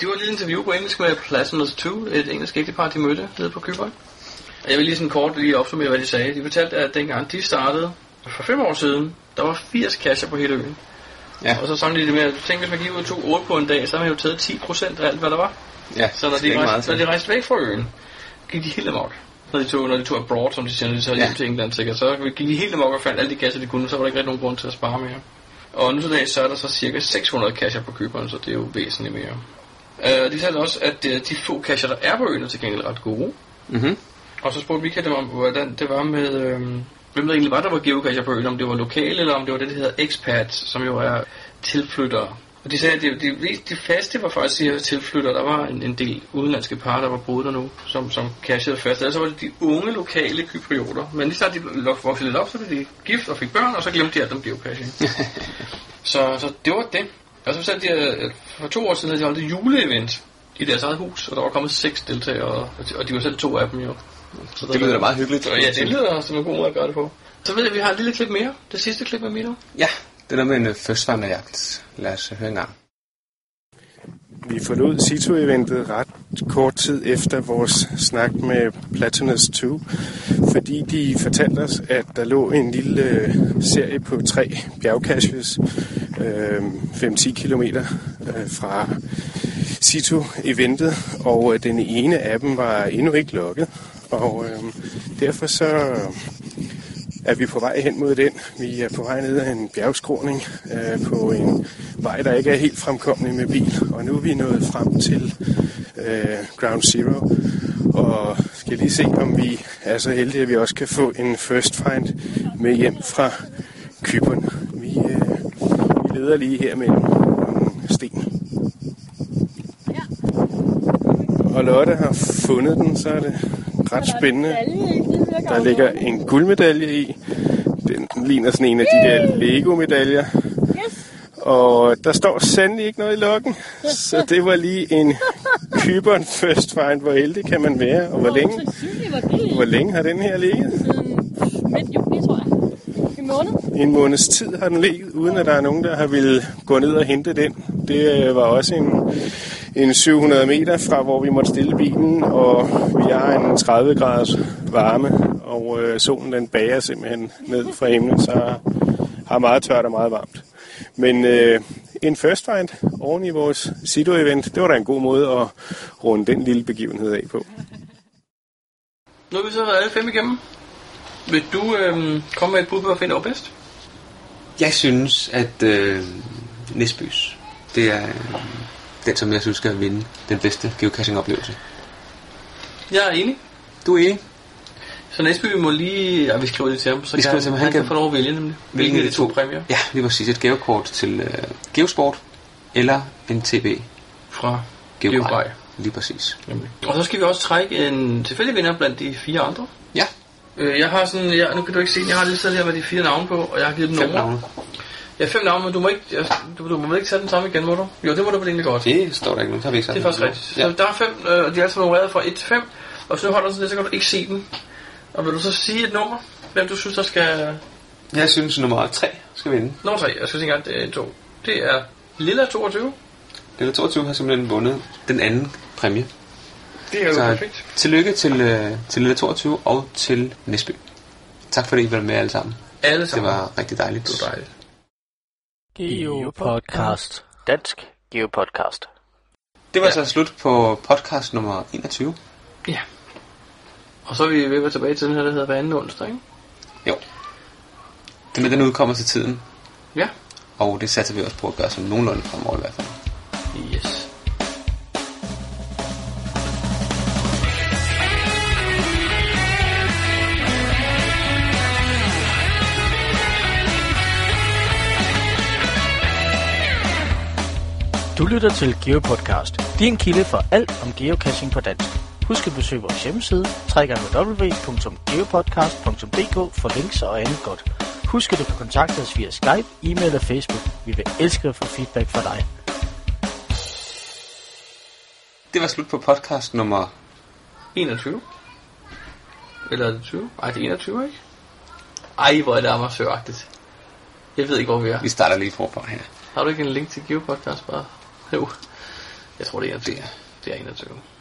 Speaker 1: Det var et lille interview på engelsk med Plasmers 2, et engelsk ægtepar, de mødte nede på Kyberen. Og Jeg vil lige sådan kort lige opsummere, hvad de sagde. De fortalte, at dengang de startede for fem år siden, der var 80 kasser på hele øen.
Speaker 2: Ja.
Speaker 1: Og så sammenlignet med, tænk hvis man gik ud og tog 8 på en dag, så har man jo taget 10% af alt, hvad der var.
Speaker 2: Ja,
Speaker 1: så når
Speaker 2: det er ikke
Speaker 1: de,
Speaker 2: meget
Speaker 1: rejste,
Speaker 2: til.
Speaker 1: når de rejste væk fra øen, gik de helt amok. Når de tog, når de tog abroad, som de siger, når de så hjem
Speaker 2: Ja.
Speaker 1: til England, sikkert, så gik de helt amok og fandt alle de kasser, de kunne, så var der ikke rigtig nogen grund til at spare mere. Og nu til dags, så er der så cirka 600 kasser på Kyberen, så det er jo væsentligt mere. Øh, de fortalte også, at øh, de få kasser, der er på øen, er til gengæld ret gode.
Speaker 5: Mhm.
Speaker 2: Mm-hmm.
Speaker 1: Og så spurgte Michael dem om, hvordan det var med, øhm, hvem der egentlig var, der var geocacher på øen, om det var lokale, eller om det var det, der hedder expats, som jo er tilflyttere. Og de sagde, at de, de, de faste var faktisk de her tilflyttere. Der var en, en del udenlandske par, der var boet der nu, som, som cashede fast. Ellers så var det de unge lokale kyprioter. Men lige snart de lo- voksede lidt op, så blev de gift og fik børn, og så glemte de alt om geocaching. så, så det var det. Og så fortalte de, at for to år siden havde de holdt et juleevent i deres eget hus, og der var kommet seks deltagere, og de- og de var selv to af dem jo. Så
Speaker 2: Det lyder da meget hyggeligt.
Speaker 1: Så, ja, det lyder som en god måde at gøre det på. Så ved jeg, at vi har et lille klip mere. Det sidste klip med Mino.
Speaker 2: Ja, det er noget med en øh, fødselsvandrejagt. Lad os øh, høre en gang.
Speaker 12: Vi forlod Situ-eventet ret kort tid efter vores snak med Platinus 2, fordi de fortalte os, at der lå en lille øh, serie på tre bjergcaches, øh, 5-10 km øh, fra Situ-eventet, og øh, den ene af dem var endnu ikke lukket, og øh, derfor så er vi på vej hen mod den. Vi er på vej ned ad en bjergskråning øh, på en vej, der ikke er helt fremkommelig med bil. Og nu er vi nået frem til øh, Ground Zero. Og skal lige se, om vi er så heldige, at vi også kan få en first find med hjem fra Kypern. Vi, øh, vi leder lige her mellem nogle sten. Og Lotte har fundet den, så er det ret spændende. Der ligger en guldmedalje i. Den ligner sådan en af de der Lego-medaljer. Og der står sandelig ikke noget i lokken. Så det var lige en Kyberen First Find. Hvor heldig kan man være, og hvor længe,
Speaker 11: Sandsynligt var det
Speaker 12: hvor længe har den her ligget?
Speaker 11: midt juni, tror jeg. I måned.
Speaker 12: En måneds tid har den ligget, uden at der er nogen, der har ville gå ned og hente den. Det øh, var også en, en 700 meter fra, hvor vi måtte stille bilen, og vi har en 30 graders varme, og øh, solen den bager simpelthen ned fra himlen, så har meget tørt og meget varmt. Men øh, en first find oven i vores Sido-event, det var da en god måde at runde den lille begivenhed af på.
Speaker 1: Nu har vi så været alle fem igennem. Vil du øh, komme med et bud på, hvad finder var bedst?
Speaker 5: Jeg synes, at øh, Næsbys, det er øh, den, som jeg synes skal vinde den bedste geocaching-oplevelse.
Speaker 1: Jeg er enig.
Speaker 5: Du er enig?
Speaker 1: Så Næsby må lige... Ja, vi skriver det til ham, så
Speaker 5: Vi
Speaker 1: vi
Speaker 5: skriver
Speaker 1: kan,
Speaker 5: til
Speaker 1: til
Speaker 5: ham,
Speaker 1: han,
Speaker 5: han
Speaker 1: kan
Speaker 5: kan-
Speaker 1: få lov at vælge nemlig. Hvilken af de to præmier?
Speaker 5: Ja, lige præcis. Et gavekort til øh, Geosport eller en TB
Speaker 1: fra
Speaker 5: Geogrej.
Speaker 1: Geogrej.
Speaker 5: Lige præcis.
Speaker 1: Nemlig. Og så skal vi også trække en tilfældig vinder blandt de fire andre.
Speaker 5: Ja.
Speaker 1: Øh, jeg har sådan... Jeg, nu kan du ikke se den. Jeg har lige siddet her med de fire navne på, og jeg har givet dem
Speaker 5: Fem
Speaker 1: numre.
Speaker 5: navne.
Speaker 1: Ja, fem navne, men du må ikke, jeg, du, du må vel ikke tage den samme igen, må du? Jo, det må du vel egentlig godt.
Speaker 5: Det står der ikke nu. Så har vi ikke
Speaker 1: Det er faktisk
Speaker 5: sagt nu.
Speaker 1: rigtigt.
Speaker 5: Ja.
Speaker 1: Så der er fem, øh, og de er altså nummereret fra 1 til 5, og hvis du holder sådan lidt, så kan du ikke se den. Og vil du så sige et nummer, hvem du synes, der skal...
Speaker 5: Jeg synes, nummer 3 skal vinde.
Speaker 1: Nummer 3, jeg synes ikke engang, det er 2. Det er Lilla 22.
Speaker 5: Lille 22 har simpelthen vundet den anden præmie.
Speaker 1: Det er jo
Speaker 5: Så
Speaker 1: perfekt.
Speaker 5: tillykke til, øh, til Lille 22 og til Næsby. Tak fordi I var med altså. alle sammen.
Speaker 1: Alle sammen.
Speaker 5: Det var rigtig dejligt. Det var dejligt.
Speaker 3: Geopodcast. Dansk Geopodcast.
Speaker 5: Det var ja. så slut på podcast nummer 21.
Speaker 1: Ja. Og så er vi ved at være tilbage til den her, der hedder hver anden onsdag, ikke?
Speaker 5: Jo. Den, den udkommer til tiden.
Speaker 1: Ja.
Speaker 5: Og det satser vi også på at gøre som nogenlunde fremover i hvert fald.
Speaker 1: Yes.
Speaker 3: Du lytter til Geopodcast, din kilde for alt om geocaching på dansk. Husk at besøge vores hjemmeside, www.geopodcast.dk for links og andet godt. Husk at du kan kontakte os via Skype, e-mail eller Facebook. Vi vil elske at få feedback fra dig.
Speaker 5: Det var slut på podcast nummer
Speaker 1: 21. Eller er det 20? Ej, det er 21, ikke? Ej, hvor er det amatøragtigt. Jeg ved ikke, hvor vi er.
Speaker 5: Vi starter lige forfra her.
Speaker 1: Har du ikke en link til Geopodcast bare? Jo. Jeg tror, det er 21. Det er, det er 21.